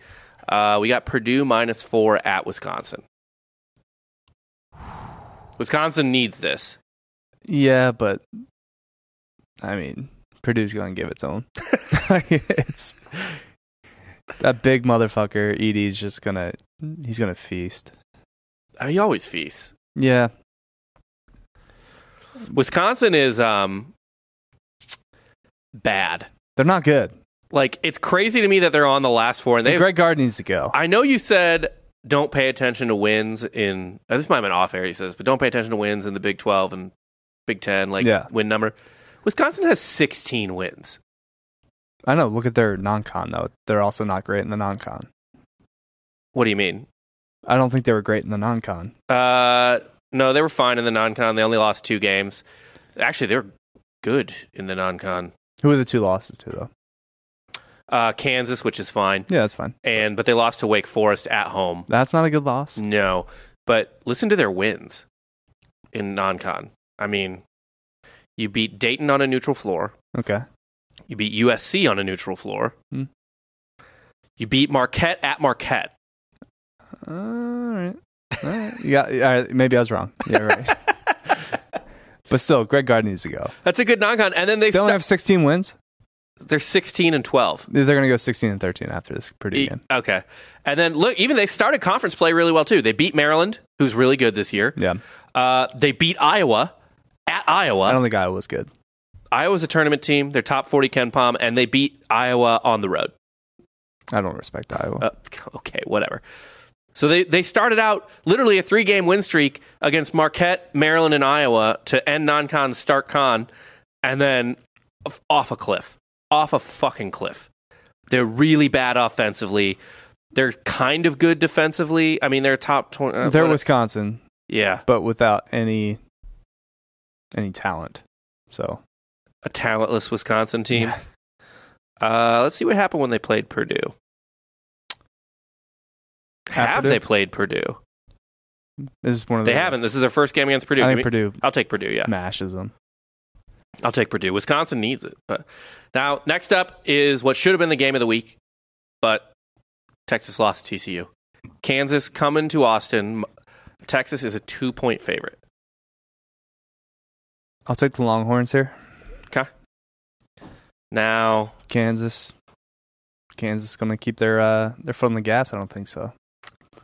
[SPEAKER 1] Uh, we got Purdue minus four at Wisconsin. Wisconsin needs this.
[SPEAKER 2] Yeah, but I mean, Purdue's going to give its own. it's that big motherfucker Edie's just going to he's going to feast.
[SPEAKER 1] Uh, He always feasts.
[SPEAKER 2] Yeah.
[SPEAKER 1] Wisconsin is um bad.
[SPEAKER 2] They're not good.
[SPEAKER 1] Like it's crazy to me that they're on the last four and they
[SPEAKER 2] Greg Gard needs to go.
[SPEAKER 1] I know you said don't pay attention to wins in uh, this might have been off air he says, but don't pay attention to wins in the Big Twelve and Big Ten, like
[SPEAKER 2] Yeah.
[SPEAKER 1] win number. Wisconsin has sixteen wins.
[SPEAKER 2] I know, look at their non-con though. They're also not great in the non-con.
[SPEAKER 1] What do you mean?
[SPEAKER 2] I don't think they were great in the non-con.
[SPEAKER 1] Uh No, they were fine in the non-con. They only lost two games. Actually, they were good in the non-con.
[SPEAKER 2] Who are the two losses to though?
[SPEAKER 1] Uh, Kansas, which is fine,
[SPEAKER 2] Yeah, that's fine.
[SPEAKER 1] and but they lost to Wake Forest at home.
[SPEAKER 2] That's not a good loss.
[SPEAKER 1] No, but listen to their wins in non-con. I mean, you beat Dayton on a neutral floor.
[SPEAKER 2] Okay.
[SPEAKER 1] You beat USC on a neutral floor.
[SPEAKER 2] Hmm.
[SPEAKER 1] You beat Marquette at Marquette.
[SPEAKER 2] All right. All right. Yeah. All right. Maybe I was wrong. Yeah. Right. but still, Greg Gard needs to go.
[SPEAKER 1] That's a good non-con. And then they
[SPEAKER 2] They
[SPEAKER 1] stu-
[SPEAKER 2] only have 16 wins.
[SPEAKER 1] they're 16 and 12.
[SPEAKER 2] They're going to go 16 and 13 after this Purdue game.
[SPEAKER 1] E- okay. And then look, even they started conference play really well too. They beat Maryland, who's really good this year.
[SPEAKER 2] Yeah.
[SPEAKER 1] Uh, they beat Iowa at
[SPEAKER 2] I
[SPEAKER 1] Iowa.
[SPEAKER 2] don't think Iowa was good.
[SPEAKER 1] Iowa's a tournament team. They're top 40 Ken Palm, and they beat Iowa on the road.
[SPEAKER 2] I don't respect Iowa.
[SPEAKER 1] Uh, okay, whatever. So they, they started out literally a three game win streak against Marquette, Maryland, and Iowa to end non con, start con, and then off- off a cliff. Off a fucking cliff. They're really bad offensively. They're kind of good defensively. I mean, they're top 20. uh,
[SPEAKER 2] They're
[SPEAKER 1] what-
[SPEAKER 2] Wisconsin,
[SPEAKER 1] yeah,
[SPEAKER 2] but without any any talent. So
[SPEAKER 1] a talentless Wisconsin team. Uh, let's see what happened when they played Purdue.
[SPEAKER 2] At
[SPEAKER 1] Have
[SPEAKER 2] Purdue?
[SPEAKER 1] they played Purdue?
[SPEAKER 2] this is one of
[SPEAKER 1] They
[SPEAKER 2] the,
[SPEAKER 1] haven't. This is their first game against Purdue.
[SPEAKER 2] I
[SPEAKER 1] Give
[SPEAKER 2] think
[SPEAKER 1] me-
[SPEAKER 2] Purdue
[SPEAKER 1] I'll take Purdue, yeah.
[SPEAKER 2] mashes them.
[SPEAKER 1] I'll take Purdue. Wisconsin needs it. But now, next up is what should have been the game of the week, but Texas lost to TCU. Kansas coming to Austin. Texas is a two point favorite.
[SPEAKER 2] I'll take the Longhorns here.
[SPEAKER 1] Now,
[SPEAKER 2] Kansas. Kansas going to keep their uh, their foot on the gas. I don't think so.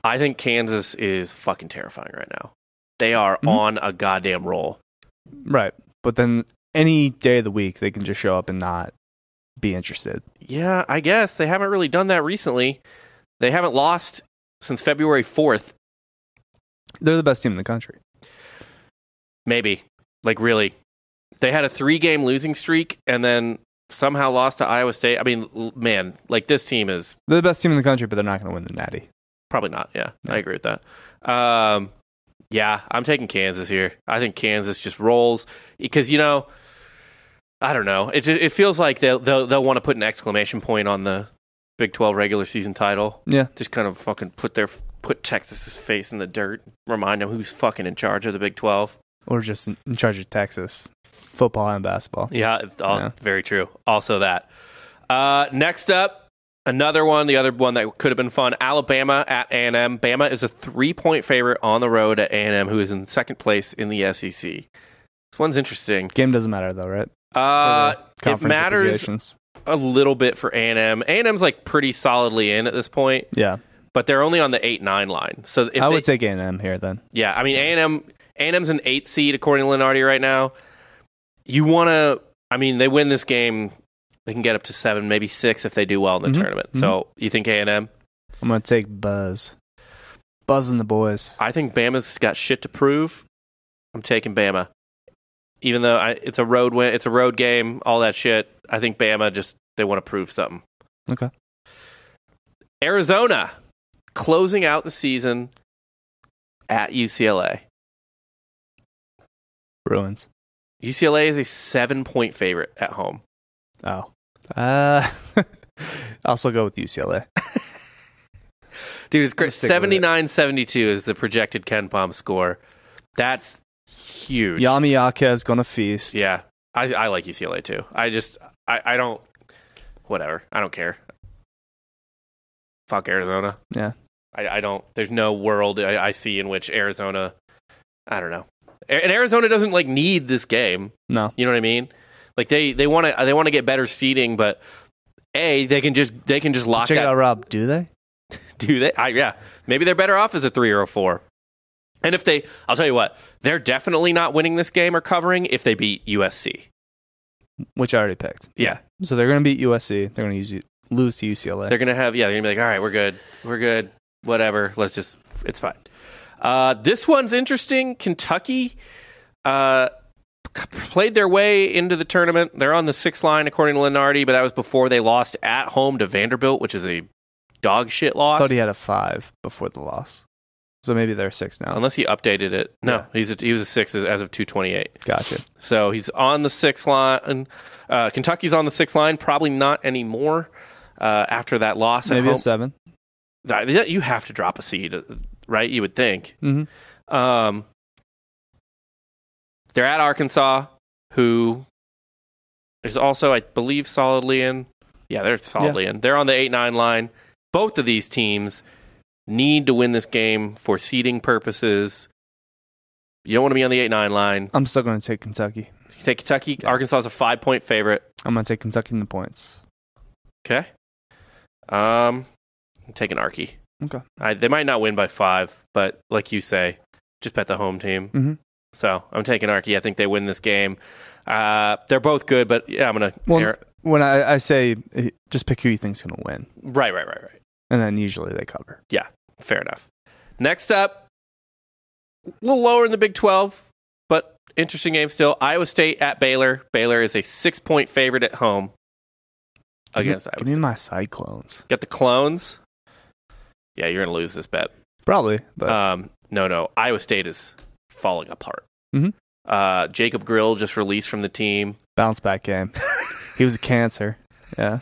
[SPEAKER 1] I think Kansas is fucking terrifying right now. They are
[SPEAKER 2] Mhm.
[SPEAKER 1] on a goddamn roll.
[SPEAKER 2] Right. But then any day of the week, they can just show up and not be interested.
[SPEAKER 1] Yeah, I guess they haven't really done that recently. They haven't lost since February 4th,
[SPEAKER 2] They're the best team in the country.
[SPEAKER 1] maybe. Like, really. They had a three game losing streak and then somehow lost to Iowa State. I mean, l- man, like, this team is
[SPEAKER 2] They're the best team in the country, but they're not going to win the Natty.
[SPEAKER 1] probably not. Yeah,
[SPEAKER 2] No.
[SPEAKER 1] I agree with that. Um, yeah, I'm taking Kansas here. I think Kansas just rolls because, you know, I don't know. It, ju- it feels like they'll, they'll, they'll want to put an exclamation point on the Big 12 regular season title.
[SPEAKER 2] Yeah.
[SPEAKER 1] just kind of fucking put their put Texas's face in the dirt, remind them who's fucking in charge of the Big Twelve.
[SPEAKER 2] Or just in, in charge of Texas football and basketball.
[SPEAKER 1] Yeah, it's all,
[SPEAKER 2] Yeah.
[SPEAKER 1] very true. Also that. Uh, next up, another one. The other one that could have been fun: Alabama at A and M. Bama is a three-point favorite on the road at A and M, who is in second place in the SEC. This one's interesting.
[SPEAKER 2] Game doesn't matter, though, right?
[SPEAKER 1] Uh,
[SPEAKER 2] For the
[SPEAKER 1] it
[SPEAKER 2] conference
[SPEAKER 1] matters
[SPEAKER 2] affiliations.
[SPEAKER 1] a little bit for A and M. A and M's like pretty solidly in at this point,
[SPEAKER 2] Yeah.
[SPEAKER 1] but they're only on the eight-nine line. So if
[SPEAKER 2] I
[SPEAKER 1] they,
[SPEAKER 2] would take A&M here then.
[SPEAKER 1] Yeah, I mean A&M A&M's an 8 seed according to Lenardi right now. You want to I mean they win this game, they can get up to 7, maybe 6 if they do well in the
[SPEAKER 2] Mhm,
[SPEAKER 1] tournament. So, you think A&M?
[SPEAKER 2] I'm going to take Buzz. Buzz and the boys.
[SPEAKER 1] I think Bama's got shit to prove. I'm taking Bama. Even though I, it's a road win, it's a road game, all that shit. I think Bama just they want to prove something.
[SPEAKER 2] Okay.
[SPEAKER 1] Arizona closing out the season at UCLA.
[SPEAKER 2] Bruins.
[SPEAKER 1] UCLA is a 7-point favorite at home.
[SPEAKER 2] Oh. Uh, I'll still go with UCLA.
[SPEAKER 1] Dude, it's great.
[SPEAKER 2] Just stick with it.
[SPEAKER 1] 79 72 is the projected Ken Palm score. That's huge.
[SPEAKER 2] Yami Yaka is going to feast.
[SPEAKER 1] Yeah. I, I like UCLA too. I just, I, I don't, whatever. I don't care. Fuck Arizona.
[SPEAKER 2] Yeah.
[SPEAKER 1] I, I don't, there's no world I, I see in which Arizona, I don't know. A- And Arizona doesn't like need this game.
[SPEAKER 2] No.
[SPEAKER 1] You know what I mean? Like they, they want to, they want to get better seating, but a, they can just, they can just lock
[SPEAKER 2] Check it
[SPEAKER 1] that
[SPEAKER 2] out, Rob. Do they?
[SPEAKER 1] do they? I, yeah, maybe they're better off as a three or a four. And if they, I'll tell you what, they're definitely not winning this game or covering if they beat USC.
[SPEAKER 2] Which I already picked.
[SPEAKER 1] Yeah,
[SPEAKER 2] So they're going to beat USC. They're going to use lose to UCLA.
[SPEAKER 1] they're gonna have. Yeah, they're gonna be like, all right, we're good, we're good, whatever. Let's just, it's fine. Uh, this one's interesting. Kentucky uh, c- played their way into the tournament. They're on the sixth line according to Lenardi, but that was before they lost at home to Vanderbilt, which is a dog shit
[SPEAKER 2] I
[SPEAKER 1] loss.
[SPEAKER 2] thought he had a five before the loss. So maybe they're six now.
[SPEAKER 1] Unless he updated it. No,
[SPEAKER 2] Yeah.
[SPEAKER 1] he's a, he was a six as- as of 228.
[SPEAKER 2] Gotcha.
[SPEAKER 1] So he's on the six line. Uh, Kentucky's on the six line. Probably not anymore uh, after that loss. at
[SPEAKER 2] maybe
[SPEAKER 1] home.
[SPEAKER 2] it's seven.
[SPEAKER 1] That- that- You have to drop a seed, uh, right? You would think.
[SPEAKER 2] Mm-hmm.
[SPEAKER 1] Um, they're at Arkansas, who is also, I believe, solidly in. Yeah, they're solidly in. They're on the eight nine line. Both of these teams need to win this game for seeding purposes. You don't want to be on the eight nine line.
[SPEAKER 2] I'm still going to take Kentucky.
[SPEAKER 1] You take Kentucky. Arkansas is a five point favorite.
[SPEAKER 2] I'm going to take Kentucky in the points.
[SPEAKER 1] Okay. Um, I'm taking Arky.
[SPEAKER 2] Okay.
[SPEAKER 1] I, they might not win by five, but like you say, just bet the home team.
[SPEAKER 2] Mm-hmm.
[SPEAKER 1] So I'm taking Arky. I think they win this game. Uh, they're both good, but yeah, I'm gonna.
[SPEAKER 2] Well,
[SPEAKER 1] err-
[SPEAKER 2] when I, I say eh, just pick who you think's going to win,
[SPEAKER 1] right, right, right, right.
[SPEAKER 2] and then usually they cover.
[SPEAKER 1] Fair enough. Next up, a little lower in the Big 12, but interesting game still. Iowa State at Baylor. Baylor is a six point favorite at home against
[SPEAKER 2] give
[SPEAKER 1] Iowa
[SPEAKER 2] me, give
[SPEAKER 1] State.
[SPEAKER 2] me my Cyclones.
[SPEAKER 1] Got the clones. Yeah, you're gonna lose this bet.
[SPEAKER 2] Probably, but
[SPEAKER 1] Um, no, no. Iowa State is falling apart.
[SPEAKER 2] Mhm.
[SPEAKER 1] Uh, Jacob Grill just released from the team.
[SPEAKER 2] bounce back game. he was a cancer. Yeah.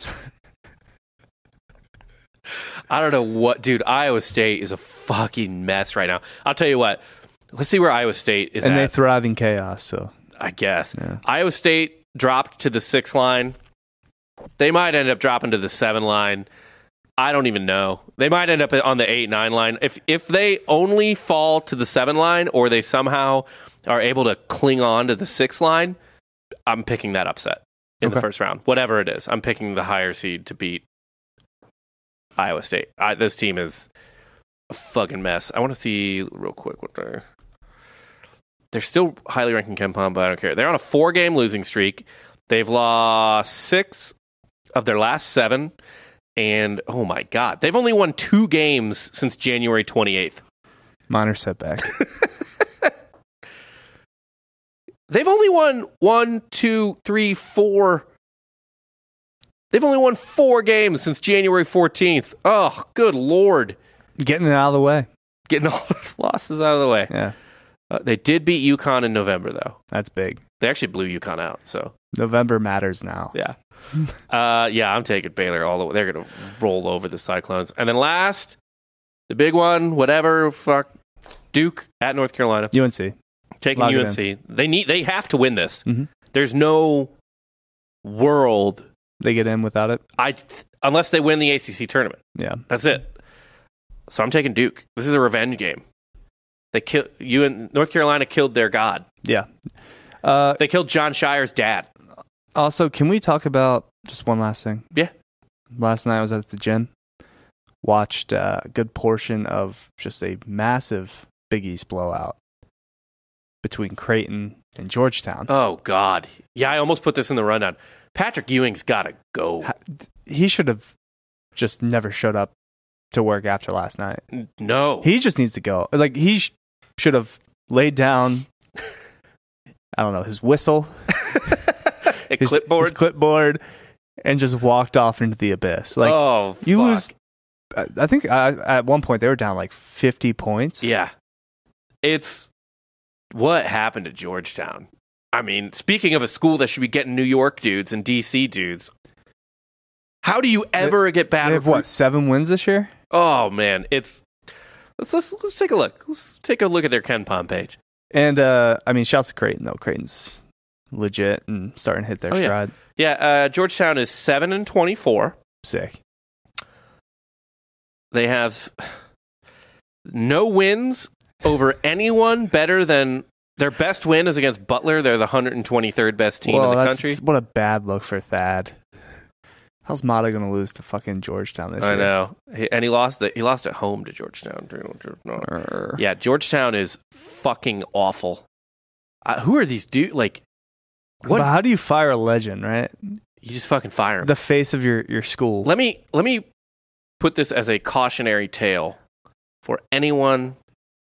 [SPEAKER 1] I don't know what, dude. Iowa State is a fucking mess right now. I'll tell you what. Let's see where Iowa State is
[SPEAKER 2] and
[SPEAKER 1] at.
[SPEAKER 2] they thrive in chaos, so
[SPEAKER 1] I guess
[SPEAKER 2] Yeah.
[SPEAKER 1] Iowa State dropped to the six line. They might end up dropping to the seven line. I don't even know. They might end up on the eight nine line. If if they only fall to the seven line, or they somehow are able to cling on to the six line, I'm picking that upset in the
[SPEAKER 2] Okay.
[SPEAKER 1] first round. Whatever it is, I'm picking the higher seed to beat Iowa State. I, this team is a fucking mess. I want to see real quick what they're. They're still highly ranked in Kempom, but I don't care. They're on a four game losing streak. They've lost six of their last seven. And oh my God, they've only won two games since January 28th.
[SPEAKER 2] minor setback.
[SPEAKER 1] They've only won one, two, three, four. They've only won four games since January 14th. Oh, good Lord.
[SPEAKER 2] Getting it out of the way.
[SPEAKER 1] Getting all those losses out of the way.
[SPEAKER 2] Yeah,
[SPEAKER 1] Uh, they did beat UConn in November, though.
[SPEAKER 2] that's big.
[SPEAKER 1] They actually blew UConn out. So,
[SPEAKER 2] November matters now.
[SPEAKER 1] yeah. uh, yeah, I'm taking Baylor all the way. They're going to roll over the Cyclones. And then last, the big one, whatever, fuck, Duke at North Carolina.
[SPEAKER 2] UNC.
[SPEAKER 1] taking
[SPEAKER 2] Lock it
[SPEAKER 1] UNC. They need. They have to win this.
[SPEAKER 2] Mhm.
[SPEAKER 1] There's no world.
[SPEAKER 2] They get in without it.
[SPEAKER 1] I unless they win the ACC tournament.
[SPEAKER 2] Yeah.
[SPEAKER 1] That's it. So I'm taking Duke. This is a revenge game. They kill you and North Carolina killed their god.
[SPEAKER 2] Yeah. Uh,
[SPEAKER 1] They killed John Shire's dad.
[SPEAKER 2] also, Uh, can we talk about just one last thing?
[SPEAKER 1] Yeah.
[SPEAKER 2] Last night I was at the gym, watched uh, a good portion of just a massive Big East blowout between Creighton and Georgetown.
[SPEAKER 1] Oh God. Yeah, I almost put this in the rundown. Patrick Ewing's gotta go.
[SPEAKER 2] Ha- he should have just never showed up to work after last night.
[SPEAKER 1] No.
[SPEAKER 2] He just needs to go. Like he sh- should have laid down. I don't know his whistle,
[SPEAKER 1] a
[SPEAKER 2] his
[SPEAKER 1] clipboard.
[SPEAKER 2] his clipboard, and just walked off into the abyss. Like
[SPEAKER 1] oh,
[SPEAKER 2] you
[SPEAKER 1] fuck.
[SPEAKER 2] lose. I I think uh, at one point they were down like fifty points.
[SPEAKER 1] Yeah. It's what happened to Georgetown. I mean, speaking of a school that should be getting New York dudes and DC dudes, how do you ever get bad
[SPEAKER 2] they have
[SPEAKER 1] recruit-
[SPEAKER 2] what seven wins this year?
[SPEAKER 1] Oh man, it's let's let's let's take a look. Let's take a look at their Ken Palm page.
[SPEAKER 2] And uh, I mean, shouts to Creighton though. Creighton's legit and starting to hit their
[SPEAKER 1] Oh, yeah.
[SPEAKER 2] stride.
[SPEAKER 1] Yeah, uh, Georgetown is seven and twenty four.
[SPEAKER 2] Sick.
[SPEAKER 1] They have no wins over anyone better than their best win is against Butler. They're the hundred and twenty third best team
[SPEAKER 2] Well,
[SPEAKER 1] in the
[SPEAKER 2] that's-
[SPEAKER 1] country.
[SPEAKER 2] What a bad look for Thad. How's Mata gonna lose to fucking Georgetown this
[SPEAKER 1] I
[SPEAKER 2] year?
[SPEAKER 1] know, he, and he lost. The, he lost at home to Georgetown. Yeah, Georgetown is fucking awful. Uh, who are these dude? Like, what?
[SPEAKER 2] But
[SPEAKER 1] if-
[SPEAKER 2] how do you fire a legend, right?
[SPEAKER 1] you just fucking fire him.
[SPEAKER 2] The face of your, your school.
[SPEAKER 1] let me let me put this as a cautionary tale for anyone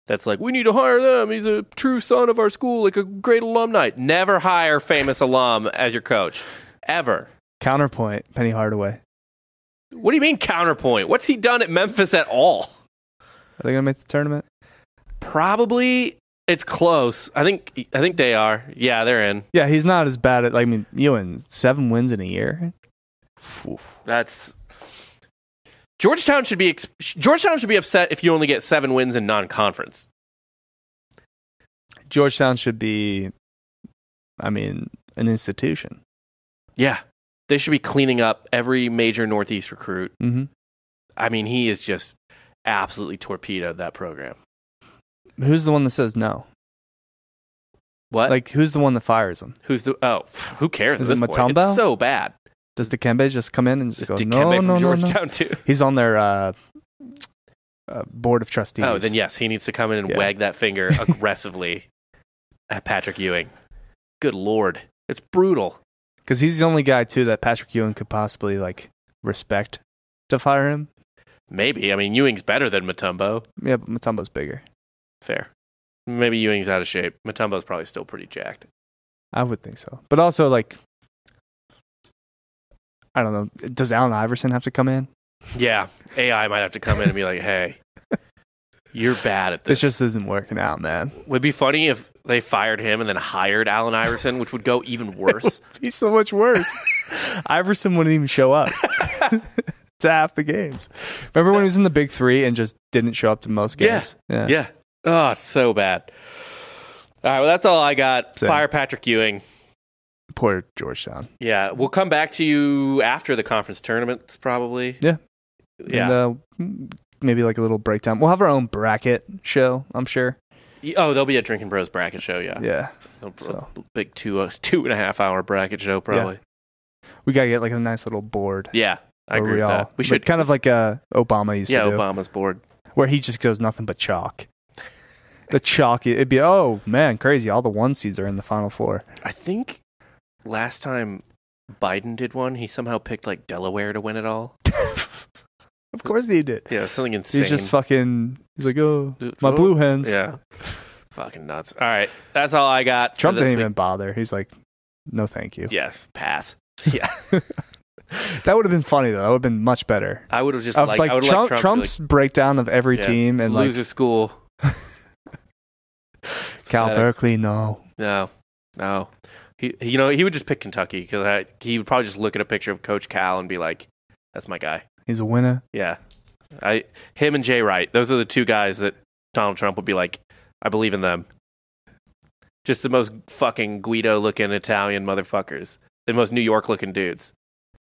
[SPEAKER 1] that's like, we need to hire them. He's a true son of our school, like a great alumni. Never hire famous alum as your coach, ever.
[SPEAKER 2] Counterpoint, Penny Hardaway.
[SPEAKER 1] What do you mean counterpoint? What's he done at Memphis at all?
[SPEAKER 2] Are they gonna make the tournament?
[SPEAKER 1] probably it's close. I think I think they are. Yeah, they're in.
[SPEAKER 2] Yeah, he's not as bad at. Like, I mean, Ewan seven wins in a year. Phew.
[SPEAKER 1] That's Georgetown should be ex- Georgetown should be upset if you only get seven wins in non-conference.
[SPEAKER 2] Georgetown should be, I mean, an institution.
[SPEAKER 1] Yeah, they should be cleaning up every major Northeast recruit.
[SPEAKER 2] Mm-hmm.
[SPEAKER 1] I mean, he is just absolutely torpedoed that program.
[SPEAKER 2] Who's the one that says no?
[SPEAKER 1] What?
[SPEAKER 2] Like, who's the one that fires him?
[SPEAKER 1] who's the? Oh, pff, who cares?
[SPEAKER 2] Is
[SPEAKER 1] at
[SPEAKER 2] it
[SPEAKER 1] this point?
[SPEAKER 2] Matumbo?
[SPEAKER 1] It's so bad.
[SPEAKER 2] Does Dikembe just come in and just,
[SPEAKER 1] Just
[SPEAKER 2] go,
[SPEAKER 1] Dikembe
[SPEAKER 2] no,
[SPEAKER 1] from
[SPEAKER 2] no, no, no,
[SPEAKER 1] Georgetown too.
[SPEAKER 2] He's on their uh, uh, board of trustees.
[SPEAKER 1] Oh, then yes, he needs to come in and
[SPEAKER 2] Yeah.
[SPEAKER 1] wag that finger aggressively at Patrick Ewing. Good lord, it's brutal.
[SPEAKER 2] Because he's the only guy, too, that Patrick Ewing could possibly, like, respect to fire him.
[SPEAKER 1] Maybe I mean Ewing's better than Matumbo.
[SPEAKER 2] Yeah, but Matumbo's bigger.
[SPEAKER 1] Fair. Maybe Ewing's out of shape. Matumbo's probably still pretty jacked.
[SPEAKER 2] I would think so. But also, like, I don't know. Does Allen Iverson have to come in?
[SPEAKER 1] Yeah, AI might have to come in and be like, "Hey, you're bad at
[SPEAKER 2] This
[SPEAKER 1] this."
[SPEAKER 2] just isn't working out, man.
[SPEAKER 1] would be funny if they fired him and then hired Allen Iverson, which would go even worse.
[SPEAKER 2] He's so much worse. Iverson wouldn't even show up to half the games. Remember when he was in the Big Three and just didn't show up to most
[SPEAKER 1] Yeah.
[SPEAKER 2] games? Yeah.
[SPEAKER 1] yeah. Oh, so bad. All right, well, that's all I got.
[SPEAKER 2] Same.
[SPEAKER 1] Fire Patrick Ewing.
[SPEAKER 2] Poor Georgetown.
[SPEAKER 1] Yeah, we'll come back to you after the conference tournaments, probably.
[SPEAKER 2] Yeah.
[SPEAKER 1] Yeah.
[SPEAKER 2] And, uh, maybe like a little breakdown. We'll have our own bracket show, I'm sure.
[SPEAKER 1] oh, there'll be a Drinking Bros bracket show. Yeah.
[SPEAKER 2] Yeah.
[SPEAKER 1] A b-
[SPEAKER 2] so.
[SPEAKER 1] a big two uh, two and a half hour bracket show, probably.
[SPEAKER 2] We got to get like a nice little board.
[SPEAKER 1] Yeah, I
[SPEAKER 2] where
[SPEAKER 1] agree
[SPEAKER 2] we
[SPEAKER 1] with
[SPEAKER 2] all-
[SPEAKER 1] that. We should.
[SPEAKER 2] But kind of like uh, Obama used
[SPEAKER 1] yeah,
[SPEAKER 2] to do,
[SPEAKER 1] Obama's board.
[SPEAKER 2] where he just goes nothing but chalk. The chalk, it'd be, oh man, crazy. All the one seeds are in the final four.
[SPEAKER 1] I think last time Biden did one, he somehow picked like Delaware to win it all.
[SPEAKER 2] Of course he did.
[SPEAKER 1] Yeah, something insane.
[SPEAKER 2] He's just fucking, he's like, oh,
[SPEAKER 1] Dude,
[SPEAKER 2] my
[SPEAKER 1] so-
[SPEAKER 2] blue hens.
[SPEAKER 1] Yeah. Fucking nuts. All right. That's all I got. for
[SPEAKER 2] Trump
[SPEAKER 1] this
[SPEAKER 2] didn't
[SPEAKER 1] week.
[SPEAKER 2] even bother. He's like, no, thank you.
[SPEAKER 1] Yes, pass. Yeah.
[SPEAKER 2] That would have been funny though. That would have been much better.
[SPEAKER 1] I would have just
[SPEAKER 2] Of
[SPEAKER 1] liked,
[SPEAKER 2] like,
[SPEAKER 1] I would
[SPEAKER 2] Trump,
[SPEAKER 1] like Trump
[SPEAKER 2] Trump's breakdown of every
[SPEAKER 1] yeah,
[SPEAKER 2] team
[SPEAKER 1] just
[SPEAKER 2] and
[SPEAKER 1] loser school.
[SPEAKER 2] like Cal
[SPEAKER 1] pathetic.
[SPEAKER 2] Berkeley, no.
[SPEAKER 1] No. No. He, he- you know, he would just pick Kentucky because he would probably just look at a picture of Coach Cal and be like, "That's my guy."
[SPEAKER 2] He's a winner.
[SPEAKER 1] Yeah, I him and Jay Wright. Those are the two guys that Donald Trump would be like, "I believe in them." Just the most fucking Guido-looking Italian motherfuckers. The most New York-looking dudes.